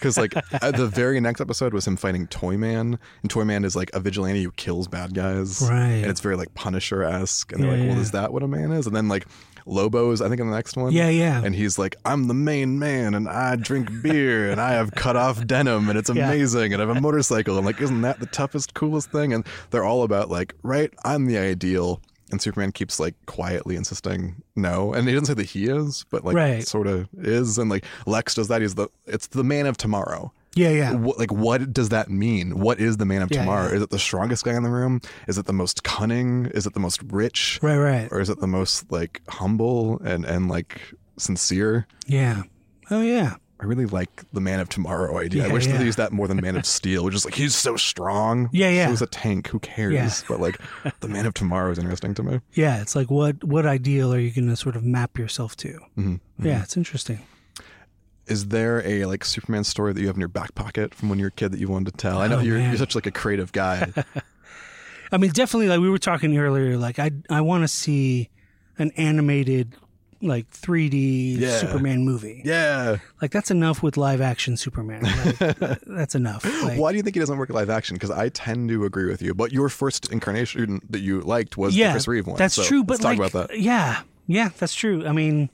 Because *laughs* like at the very next episode was him fighting Toyman, and Toyman is like a vigilante who kills bad guys, Right. And it's very like Punisher esque, and they're Yeah, like, "Well, yeah. is that what a man is?" And then like Lobo is I think in the next one. Yeah, yeah. And he's like, I'm the main man, and I drink beer, and I have cut off denim, and it's *laughs* Yeah. amazing, and I have a motorcycle. I'm like, isn't that the toughest, coolest thing? And they're all about like, right? I'm the ideal. And Superman keeps like quietly insisting no, and he doesn't say that he is, but like Right. sort of is, and like Lex does that. He's the it's the man of tomorrow, yeah, yeah. what, like what does that mean what is the man of Yeah, tomorrow yeah. is it the strongest guy in the room is it the most cunning is it the most rich Right, right. or is it the most like humble and and like sincere Yeah. Oh yeah. i really like the man of tomorrow idea i Yeah, wish yeah. they used that more than man of steel which is like he's so strong *laughs* Yeah, yeah. he was a tank who cares Yeah. *laughs* but like the man of tomorrow is interesting to me Yeah, it's like what what ideal are you going to sort of map yourself to? Mhm. Yeah, it's interesting. is there a like superman story that you have in your back pocket from when you were a kid that you wanted to tell i know Oh, you're, man. you're such like a creative *laughs* guy I mean, definitely like we were talking earlier like I I want to see an animated like 3D Yeah. Superman movie. yeah Like that's enough with live action Superman. *laughs* Like, that's enough. Like, Why do you think he doesn't work at live action? Because I tend to agree with you. But your first incarnation that you liked was the Chris Reeve one. That's so true, but let's like, talk about that. yeah, yeah, that's true. I mean,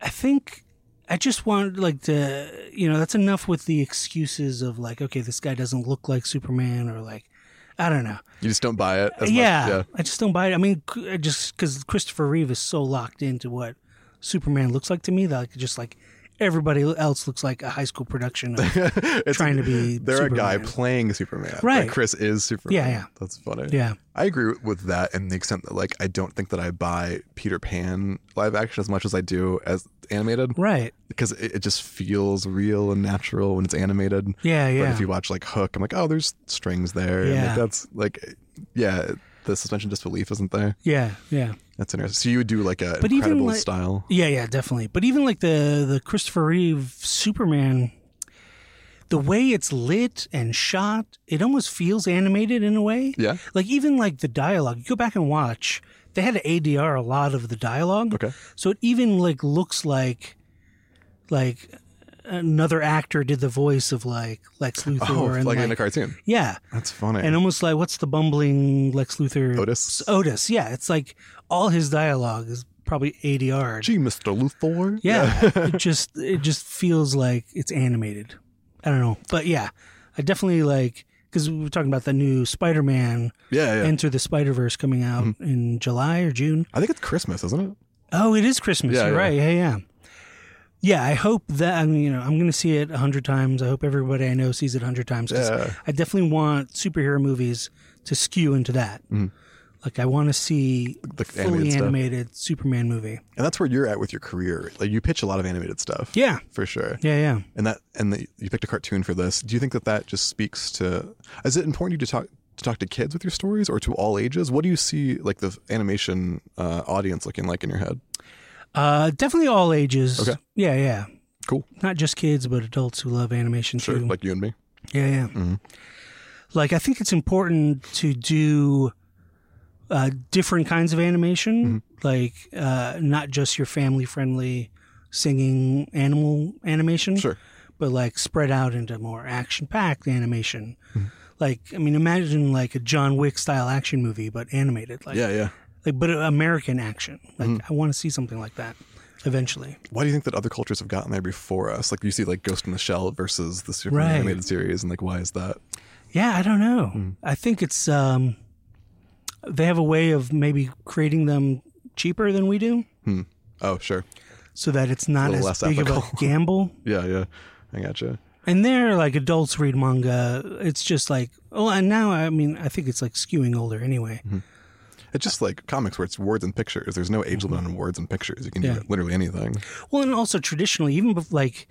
I think I just want like the you know that's enough with the excuses of like, okay, this guy doesn't look like Superman or like, I don't know. You just don't buy it. As yeah, Much. yeah. *laughs* I just don't buy it. I mean, c- I just because Christopher Reeve is so locked into what Superman looks like to me that like, just like everybody else looks like a high school production. Of, *laughs* It's- Trying to be They're a guy Superman. playing Superman. but Right. Chris is Superman. Yeah, yeah. That's funny. yeah, I agree with that in the extent that like I don't think that I buy Peter Pan live action as much as I do as animated right. because it, it just feels real and natural when it's animated. Yeah, yeah. But if you watch like Hook, I'm like, oh, there's strings there. And Yeah. like, that's like, yeah, the suspension of disbelief isn't there. yeah, yeah. That's interesting. So you would do like a But even, incredible like- style. Yeah, yeah, definitely. But even like the the Christopher Reeve Superman, the way it's lit and shot, it almost feels animated in a way. Yeah. Like even like the dialogue, you go back and watch, they had to ADR a lot of the dialogue. Okay. So it even like looks like like another actor did the voice of like Lex *laughs* Luthor Oh, and like in a like- cartoon. yeah. That's funny. And almost like what's the bumbling Lex Luthor Otis. Otis, yeah. It's like all his dialogue is probably ADR. 'd. Gee, Mr. Luthor. Yeah, *laughs* it just it just feels like it's animated. I don't know, but yeah, I definitely like because we were talking about the new Spider-Man Yeah. Mm-hmm. yeah. Enter the Spider-Verse coming out in July or June. I think it's Christmas, isn't it? Oh, it is Christmas. Yeah, You're yeah. right. Yeah, yeah. Yeah, I hope that I mean, you know I'm going to see it a hundred times. I hope everybody I know sees it a hundred times. 'cause Yeah. I definitely want superhero movies to skew into that. Like I want to see Mm-hmm. The animated fully stuff. animated Superman movie. And that's where you're at with your career. Like you pitch a lot of animated stuff. Yeah, For sure. yeah, yeah. And that and the, you picked a cartoon for this. Do you think that that just speaks to is it important to you to talk to talk to kids with your stories or to all ages? What do you see like the animation uh, audience looking like in your head? Uh, definitely all ages. Okay. Yeah, yeah. Cool. Not just kids, but adults who love animation Sure. too. Like you and me. yeah, yeah. Mm-hmm. Like I think it's important to do uh, different kinds of animation, Mm-hmm. like uh, not just your family friendly singing animal animation, Sure. but like spread out into more action packed animation. Mm-hmm. Like I mean, imagine like a John Wick style action movie, but animated. Like, Yeah, Mm-hmm. yeah. like but American action. Like I want to see something like that eventually. why do you think that other cultures have gotten there before us? Like you see like Ghost in the Shell versus the Superman Right. animated series, and like why is that? Yeah, I don't know. Hmm. I think it's um, they have a way of maybe creating them cheaper than we do, Oh, sure, so that it's not little as less big of ethical. *laughs* a gamble. yeah, yeah, I gotcha. And they're like adults read manga. It's just like oh, and now I mean I think it's like skewing older anyway. Hmm. It's just like comics where it's words and pictures. There's no age limit on words and pictures. You can Mm-hmm. Yeah. do literally anything. Well, and also traditionally, even bef- like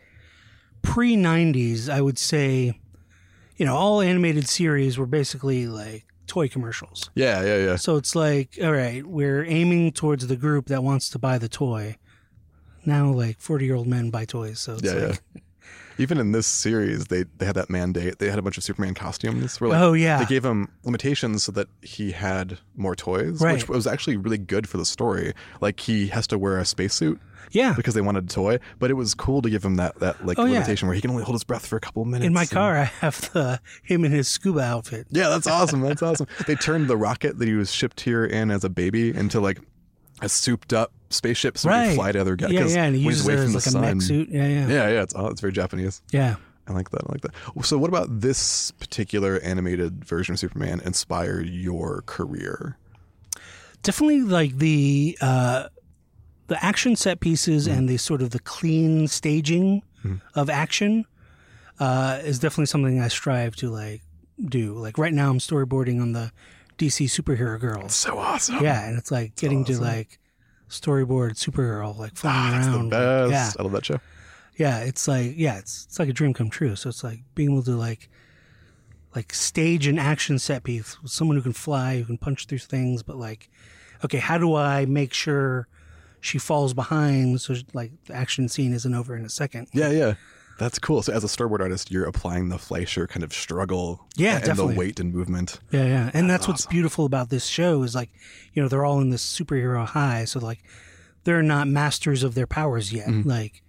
pre '90s, I would say, you know, all animated series were basically like toy commercials. Yeah, yeah, yeah. So it's like, all right, we're aiming towards the group that wants to buy the toy. Now, like forty-year-old men buy toys, so it's Yeah, like, yeah. Even in this series, they they had that mandate. They had a bunch of Superman costumes. Where like, Oh, yeah. they gave him limitations so that he had more toys, Right. which was actually really good for the story. Like he has to wear a spacesuit yeah. because they wanted a toy, but it was cool to give him that that like Oh, yeah. limitation where he can only hold his breath for a couple of minutes. In my and- car, I have the him in his scuba outfit. *laughs* Yeah, that's awesome. That's awesome. They turned the rocket that he was shipped here in as a baby into like a souped up spaceship so we Right. can fly to other guys. yeah, 'cause yeah, and he when he's uses away from it as the like a sun. mech suit. Yeah, yeah, yeah. Yeah, yeah, it's, oh, it's very Japanese. I like that. I like that. So, what about this particular animated version of Superman inspire your career? Definitely like the uh, the action set pieces and the sort of the clean staging Hmm. of action uh, is definitely something I strive to like do. Like right now, I'm storyboarding on the DC superhero girls. So awesome. Yeah, and it's like getting to like storyboard superhero like flying It's Ah, the around. best. Yeah. I love that show. yeah it's like yeah it's, it's like a dream come true so it's like being able to like like stage an action set piece with someone who can fly who can punch through things but like okay how do i make sure she falls behind so like the action scene isn't over in a second Yeah, yeah. That's cool. So, as a storyboard artist, you're applying the Fleischer kind of struggle Yeah, and definitely. the weight and movement. yeah yeah and that's what's beautiful about this show is like you know they're all in this superhero high so like they're not masters of their powers yet like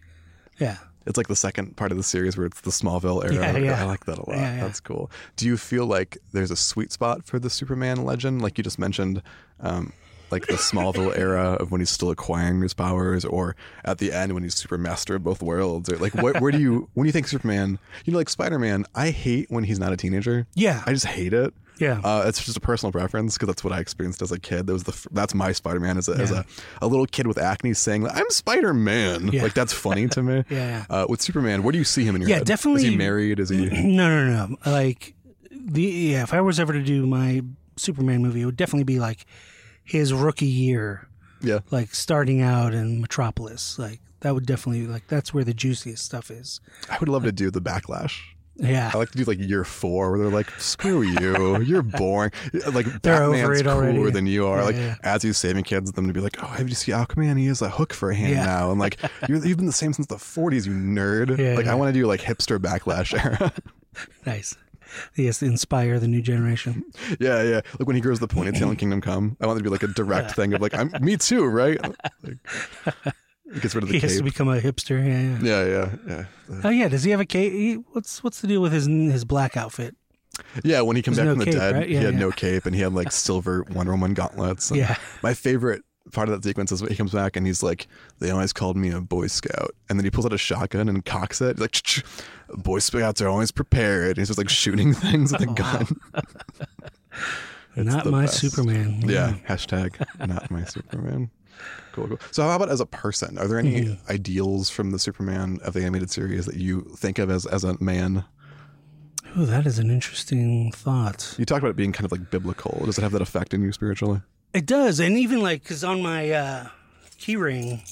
yeah It's like the second part of the series where it's the Smallville era. Yeah, yeah. I like that a lot. Yeah, yeah. That's cool. Do you feel like there's a sweet spot for the Superman legend? Like you just mentioned, um, like the *laughs* Smallville era of when he's still acquiring his powers, or at the end when he's super master of both worlds, or like what, where do you when do you think Superman? You know, like Spider Man. I hate when he's not a teenager. yeah I just hate it. yeah Uh, it's just a personal preference because that's what I experienced as a kid. That was the f- that's my Spider Man as, a as Yeah. a, a little kid with acne saying I'm Spider Man. Yeah. Like that's funny to me. *laughs* Yeah, yeah. Uh, with Superman, where do you see him in your Yeah, head? Is he definitely- married? Is he? *clears throat* no, no, no. Like the yeah, if I was ever to do my Superman movie, it would definitely be like his rookie year, yeah. like starting out in Metropolis. Like that would definitely like that's where the juiciest stuff is. I would love to do the backlash. Yeah. I like to do like year four where they're like, *laughs* "Screw you, you're boring." Like They're over Batman's it cooler already. than you are. Yeah, like yeah. as he's saving kids, them to be like, "Oh, have you seen Aquaman? He has a hook for a hand Yeah. now." And like, you're, "You've been the same since the '40s, you nerd." Yeah, like yeah. I want to do like hipster backlash *laughs* era. nice. Yes, inspire the new generation. Yeah, yeah. Like when he grows the ponytail *laughs* in Kingdom Come, I want it to be like a direct thing of like, I'm me too, *laughs* right? Like, he gets rid of the He has to cape. become a hipster. Yeah, yeah. Yeah, yeah, yeah. Oh yeah, does he have a cape? He, what's what's the deal with his his black outfit? Yeah, when he comes back There's from no the cape, dead, right? he Yeah, had yeah. no cape and he had *laughs* like silver Wonder Woman gauntlets. And Yeah. My favorite part of that sequence is when he comes back and he's like, they always called me a Boy Scout. And then he pulls out a shotgun and cocks it. He's like, "Ch-ch, Boy Scouts are always prepared. And he's just like shooting *laughs* things with a gun. Not the my best. Superman. Yeah. Mm-hmm. Hashtag not my Superman. Cool, cool. So, how about as a person? Are there any Hmm. ideals from the Superman of the animated series that you think of as, as a man? Oh, that is an interesting thought. You talked about it being kind of like biblical. Does it have that effect in you spiritually? It does, and even like because on my uh, key ring,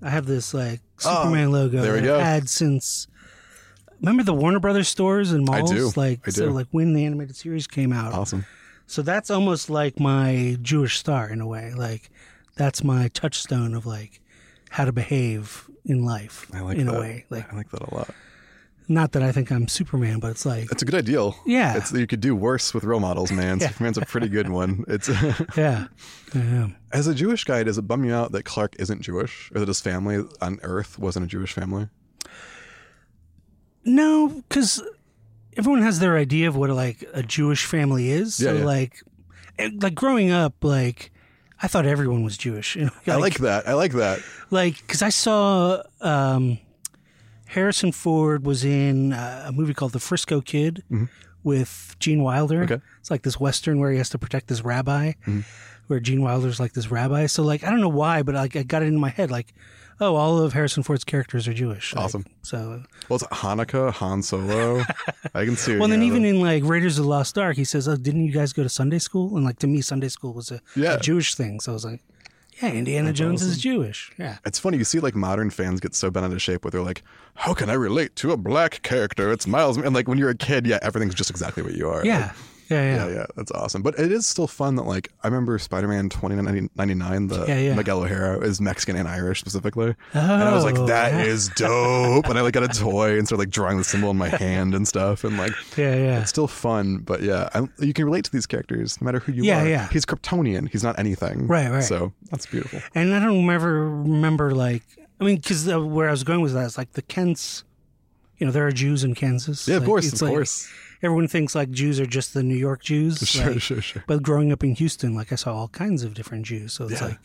I have this like Superman logo Oh, there we that go. I've had since. Remember the Warner Brothers stores and malls? do. Like I so, do. Uh-huh. like when the animated series came out. Awesome. So that's almost like my Jewish star in a way. Like that's my touchstone of like how to behave in life. I like in that. a way. Like I like that a lot. not that I think I'm Superman, but it's like It's a good ideal. Yeah. It's, you could do worse with role models, *laughs* man. Superman's a pretty good one. It's *laughs* yeah, yeah. As a Jewish guy, does it bum you out that Clark isn't Jewish or that his family on Earth wasn't a Jewish family? No, because everyone has their idea of what like a Jewish family is. So Yeah, yeah. like, and, like growing up, like I thought everyone was Jewish. *laughs* You know? I like that. I like that. like because I saw um, Harrison Ford was in uh, a movie called The Frisco Kid with Gene Wilder. Mm-hmm. Okay. Mm-hmm. It's like this western where he has to protect this rabbi, where Gene Wilder's like this rabbi. So like I don't know why, but like I got it in my head like, oh, all of Harrison Ford's characters are Jewish. Like, Awesome. so Well, it's Hanukkah, Han Solo. I can see. it *laughs* Well, then now. even in like Raiders of the Lost Ark, he says, "Oh, didn't you guys go to Sunday school?" And like to me, Sunday school was a, a Yeah. Jewish thing, so I was like, "Yeah, Indiana Jones is Jewish." Yeah, It's funny, you see like modern fans get so bent out of shape where they're like, How can I relate to a black character? It's Miles. And like when you're a kid, yeah, everything's just exactly what you are. yeah, yeah, yeah. Yeah, yeah, that's awesome. But it is still fun that like I remember Spider-Man 2099, the Yeah, yeah. Miguel O'Hara is Mexican and Irish specifically, and I was like, Oh, that yeah. is dope. and I like got a toy and started like drawing the symbol in my hand and stuff, and like yeah, yeah. it's still fun. But yeah, I, you can relate to these characters no matter who you Yeah, are. yeah. He's Kryptonian. He's not anything. Right, right. So that's beautiful. And I don't ever remember like I mean, because where I was going with that is like the Kents. You know, there are Jews in Kansas. Yeah, of Like, course, it's of like- course. Everyone thinks like Jews are just the New York Jews. *laughs* Sure, like, sure, sure. But growing up in Houston, like I saw all kinds of different Jews. So it's Yeah. like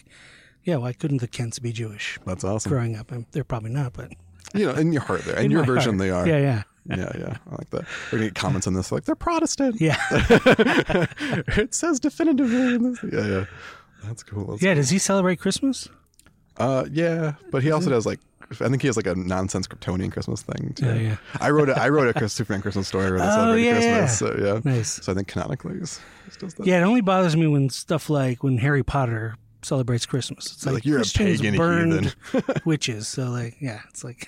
Yeah, why couldn't the Kents be Jewish? That's awesome. Growing up, and they're probably not, but You know, in your heart there, in, in your my heart- version, they are. Yeah, yeah, yeah, yeah. I like that. We're gonna get comments on this like they're Protestant. yeah, *laughs* it says definitively. In this. Yeah, yeah. That's cool. That's- *laughs* yeah. Does he celebrate Christmas? Uh, yeah, but he also does like I think he has like a nonsense Kryptonian Christmas thing too. Yeah, yeah. I wrote a, I wrote a Chris, Superman Christmas story. I wrote a Oh, celebrated yeah, Christmas. So, yeah. Nice. So I think canonically, he's, he's does that. Yeah, it only bothers me when stuff like when Harry Potter celebrates Christmas. It's Like, like, you're a Christians pagan burned *laughs* witches. So like, yeah, *laughs* it's like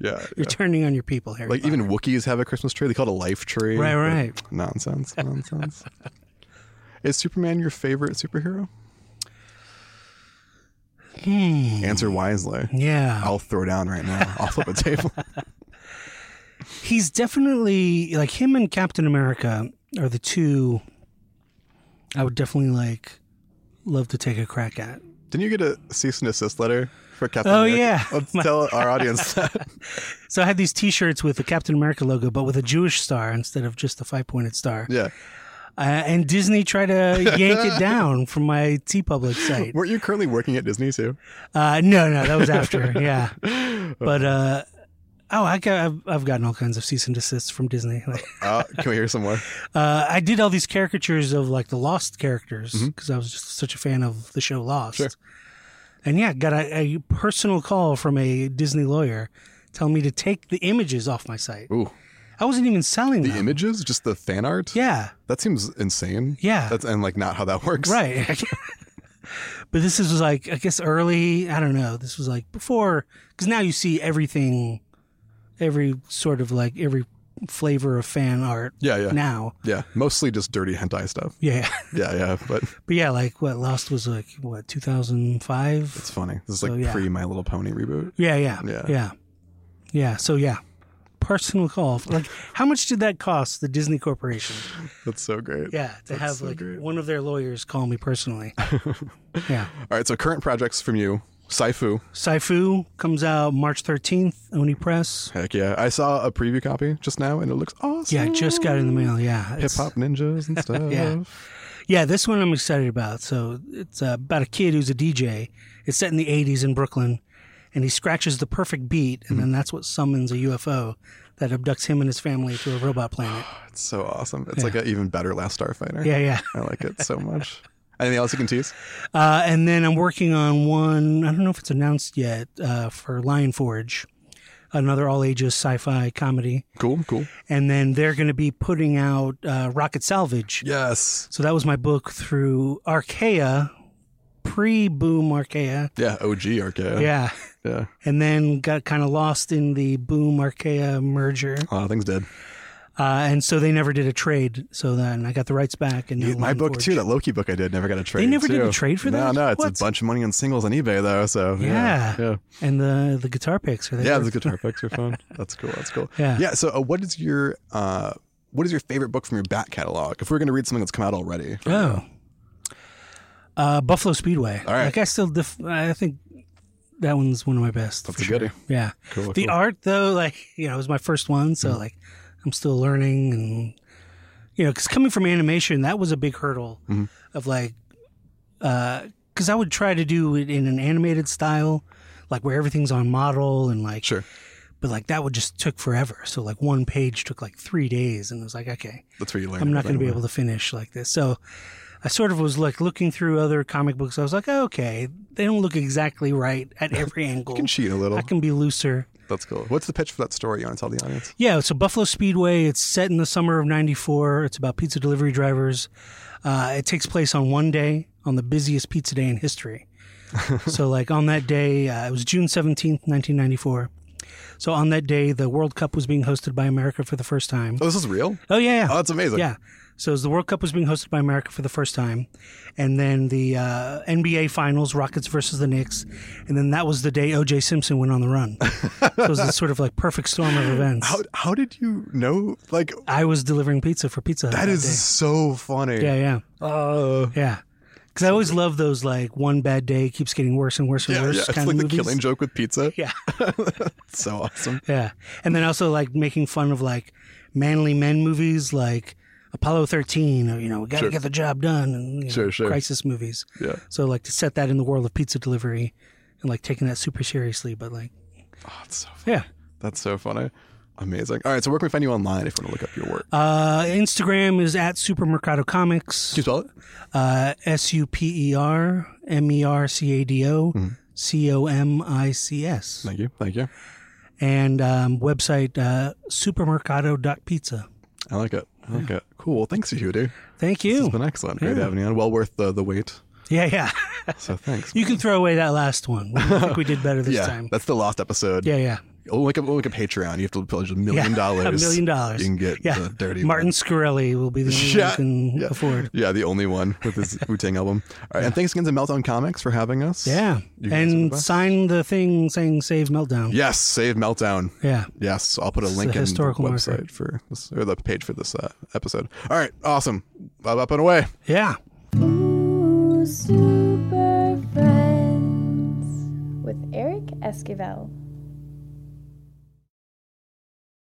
yeah. yeah. you're turning on your people, Harry. Like Potter. even Wookiees have a Christmas tree. They call it a life tree. Right, but right. Nonsense, *laughs* nonsense. Is Superman your favorite superhero? Hmm. Answer wisely. yeah, I'll throw down right now. I'll flip a *laughs* table. he's definitely like him and Captain America are the two I would definitely like love to take a crack at. Didn't you get a cease and desist letter for Captain? Oh, America? yeah. Let's tell our audience *laughs* that. So I had these T-shirts with the Captain America logo, but with a Jewish star instead of just the five-pointed star. Yeah, Uh, and Disney tried to *laughs* yank it down from my T Public site. weren't you currently working at Disney too? Uh, no, no, that was after. yeah, but uh, oh, I got, I've, I've gotten all kinds of cease and desists from Disney. Like, Uh, can we hear some more? uh, I did all these caricatures of like the Lost characters because I was just such a fan of the show Lost. Mm-hmm. Sure. And yeah, got a, a personal call from a Disney lawyer telling me to take the images off my site. Ooh, I wasn't even selling the them. images, just the fan art. yeah, that seems insane. Yeah. that's and like not how that works. right. *laughs* but this is like I guess early. I don't know. This was like before because now you see everything, every sort of like every flavor of fan art Yeah, yeah, now. yeah. Mostly just dirty hentai stuff. Yeah, *laughs* Yeah, yeah, but but yeah, like what Lost was like what 2005. it's funny. This is like So, yeah. pre My Little Pony reboot. Yeah, yeah, Yeah. yeah, yeah, yeah. So yeah, personal call. Like, how much did that cost the Disney Corporation? That's so great. Yeah, to That's have so like great. one of their lawyers call *laughs* me personally. yeah, All right, so current projects from you. Saifu, Saifu comes out March 13th. Oni Press. heck yeah! I saw a preview copy just now, and it looks awesome. Yeah, I just got it in the mail. Yeah, hip it's- hop ninjas *laughs* and stuff. Yeah. Yeah, this one I'm excited about. So it's uh, about a kid who's a DJ. It's set in the 80s in Brooklyn, and he scratches the perfect beat, and Hmm. then that's what summons a UFO that abducts him and his family to a robot planet. *sighs* It's so awesome. It's like an even better Last Starfighter. Yeah, yeah. I like it so much. Anything else you can tease? Uh, and then I'm working on one. I don't know if it's announced yet uh, for Lion Forge, another all ages sci-fi comedy. Cool, cool. And then they're going to be putting out uh, Rocket Salvage. Yes. So that was my book through Archaea, pre-boom Archaea. Yeah, OG Archaea. Yeah. Yeah. And then got kind of lost in the boom Archaea merger. A lot of things did. Uh, and so they never did a trade. So then I got the rights back. And now My Lion book Forge. too, that Loki book I did, never got a trade. never did a too. trade for No, that? no, it's What? a bunch of money on singles on eBay though. So Yeah. yeah, And the, the guitar picks are yeah. there. the guitar picks are fun. *laughs* That's cool. That's cool. Yeah. Yeah. So uh, what is your uh, what is your favorite book from your back catalog? If we're gonna read something that's come out already, Oh. Uh, Buffalo Speedway. All right. Like I still, def- I think that one's one of my best. that's for a sure. goodie. Yeah. Cool. The cool. Mm-hmm. art though, like you know, it was my first one, so like I'm still learning, and you know, because coming from animation, that was a big hurdle Mhm. of like, because I would try to do it in an animated style, like where everything's on model and like Sure. But like that would just took forever. So like one page took like three days, and it was like, okay, That's where you learn. I'm not going to be everything. able to finish like this. So I sort of was like looking through other comic books. I was like, okay, they don't look exactly right at every *laughs* angle. You can cheat a little. I can be looser. That's cool. What's the pitch for that story you want to tell the audience? Yeah, so Buffalo Speedway, it's set in the summer of 94. It's about pizza delivery drivers. Uh, it takes place on one day, on the busiest pizza day *laughs* in history. so, like, on that day, uh, it was June 17th, 1994. So, on that day, the World Cup was being hosted by America for the first time. Oh, this is real? Oh, yeah, yeah. Oh, that's amazing. Yeah. So as the World Cup was being hosted by America for the first time, and then the uh, NBA Finals, Rockets versus the Knicks, and then that was the day O.J. Simpson went on *laughs* the run. so it was this sort of like perfect storm of events. How, how did you know? Like, I was delivering pizza for Pizza. Hut that is so funny. day. Yeah, Oh, yeah, Uh, yeah. Because I always love those like one bad day keeps getting worse and worse and yeah, yeah. worse It's kind like of the movies. killing joke with pizza. *laughs* Yeah. It's *laughs* so awesome. Yeah, and then also like making fun of like manly men movies like Apollo 13 or, you know, we got to Sure. get the job done and you know, Sure, sure. crisis movies. Yeah. So, like, to set that in the world of pizza delivery and, like, taking that super seriously. But, like, Oh, it's so fun. yeah. That's so funny. Amazing. All right, so where can we find you online if we want to look up your work? Uh, Instagram is at Supermercado Comics. Can you spell it? Uh, S U P E R M E R C A D O Hmm. C O M I C S. Thank you. Thank you. And um, website uh, supermercado.pizza. I like it. I like it. Cool. Well, thanks, Yehuda. This Thank has you. been excellent. Great having you on. Well worth the, the wait. Yeah, yeah. So thanks. You can throw away that last one. I think we did better *laughs* this yeah, time. that's the last episode. Yeah, yeah. We'll make, a, we'll make a Patreon. You have to pledge a Yeah. *laughs* million dollars. A million dollars. You can get yeah. the dirty Martin Scarelli will be the only *laughs* one Yeah. who can Yeah. afford. Yeah, the only one with *laughs* his Wu Tang album. All right, and thanks again to Meltdown Comics for having us. Yeah. You guys are the And best. sign the thing saying save meltdown. Yes, save Meltdown. yeah. Yes, I'll put a link a in the historical website marker. for this or the page for this uh, episode. All right, awesome. Up, up and away. Yeah. Ooh, super friends with Eric Esquivel.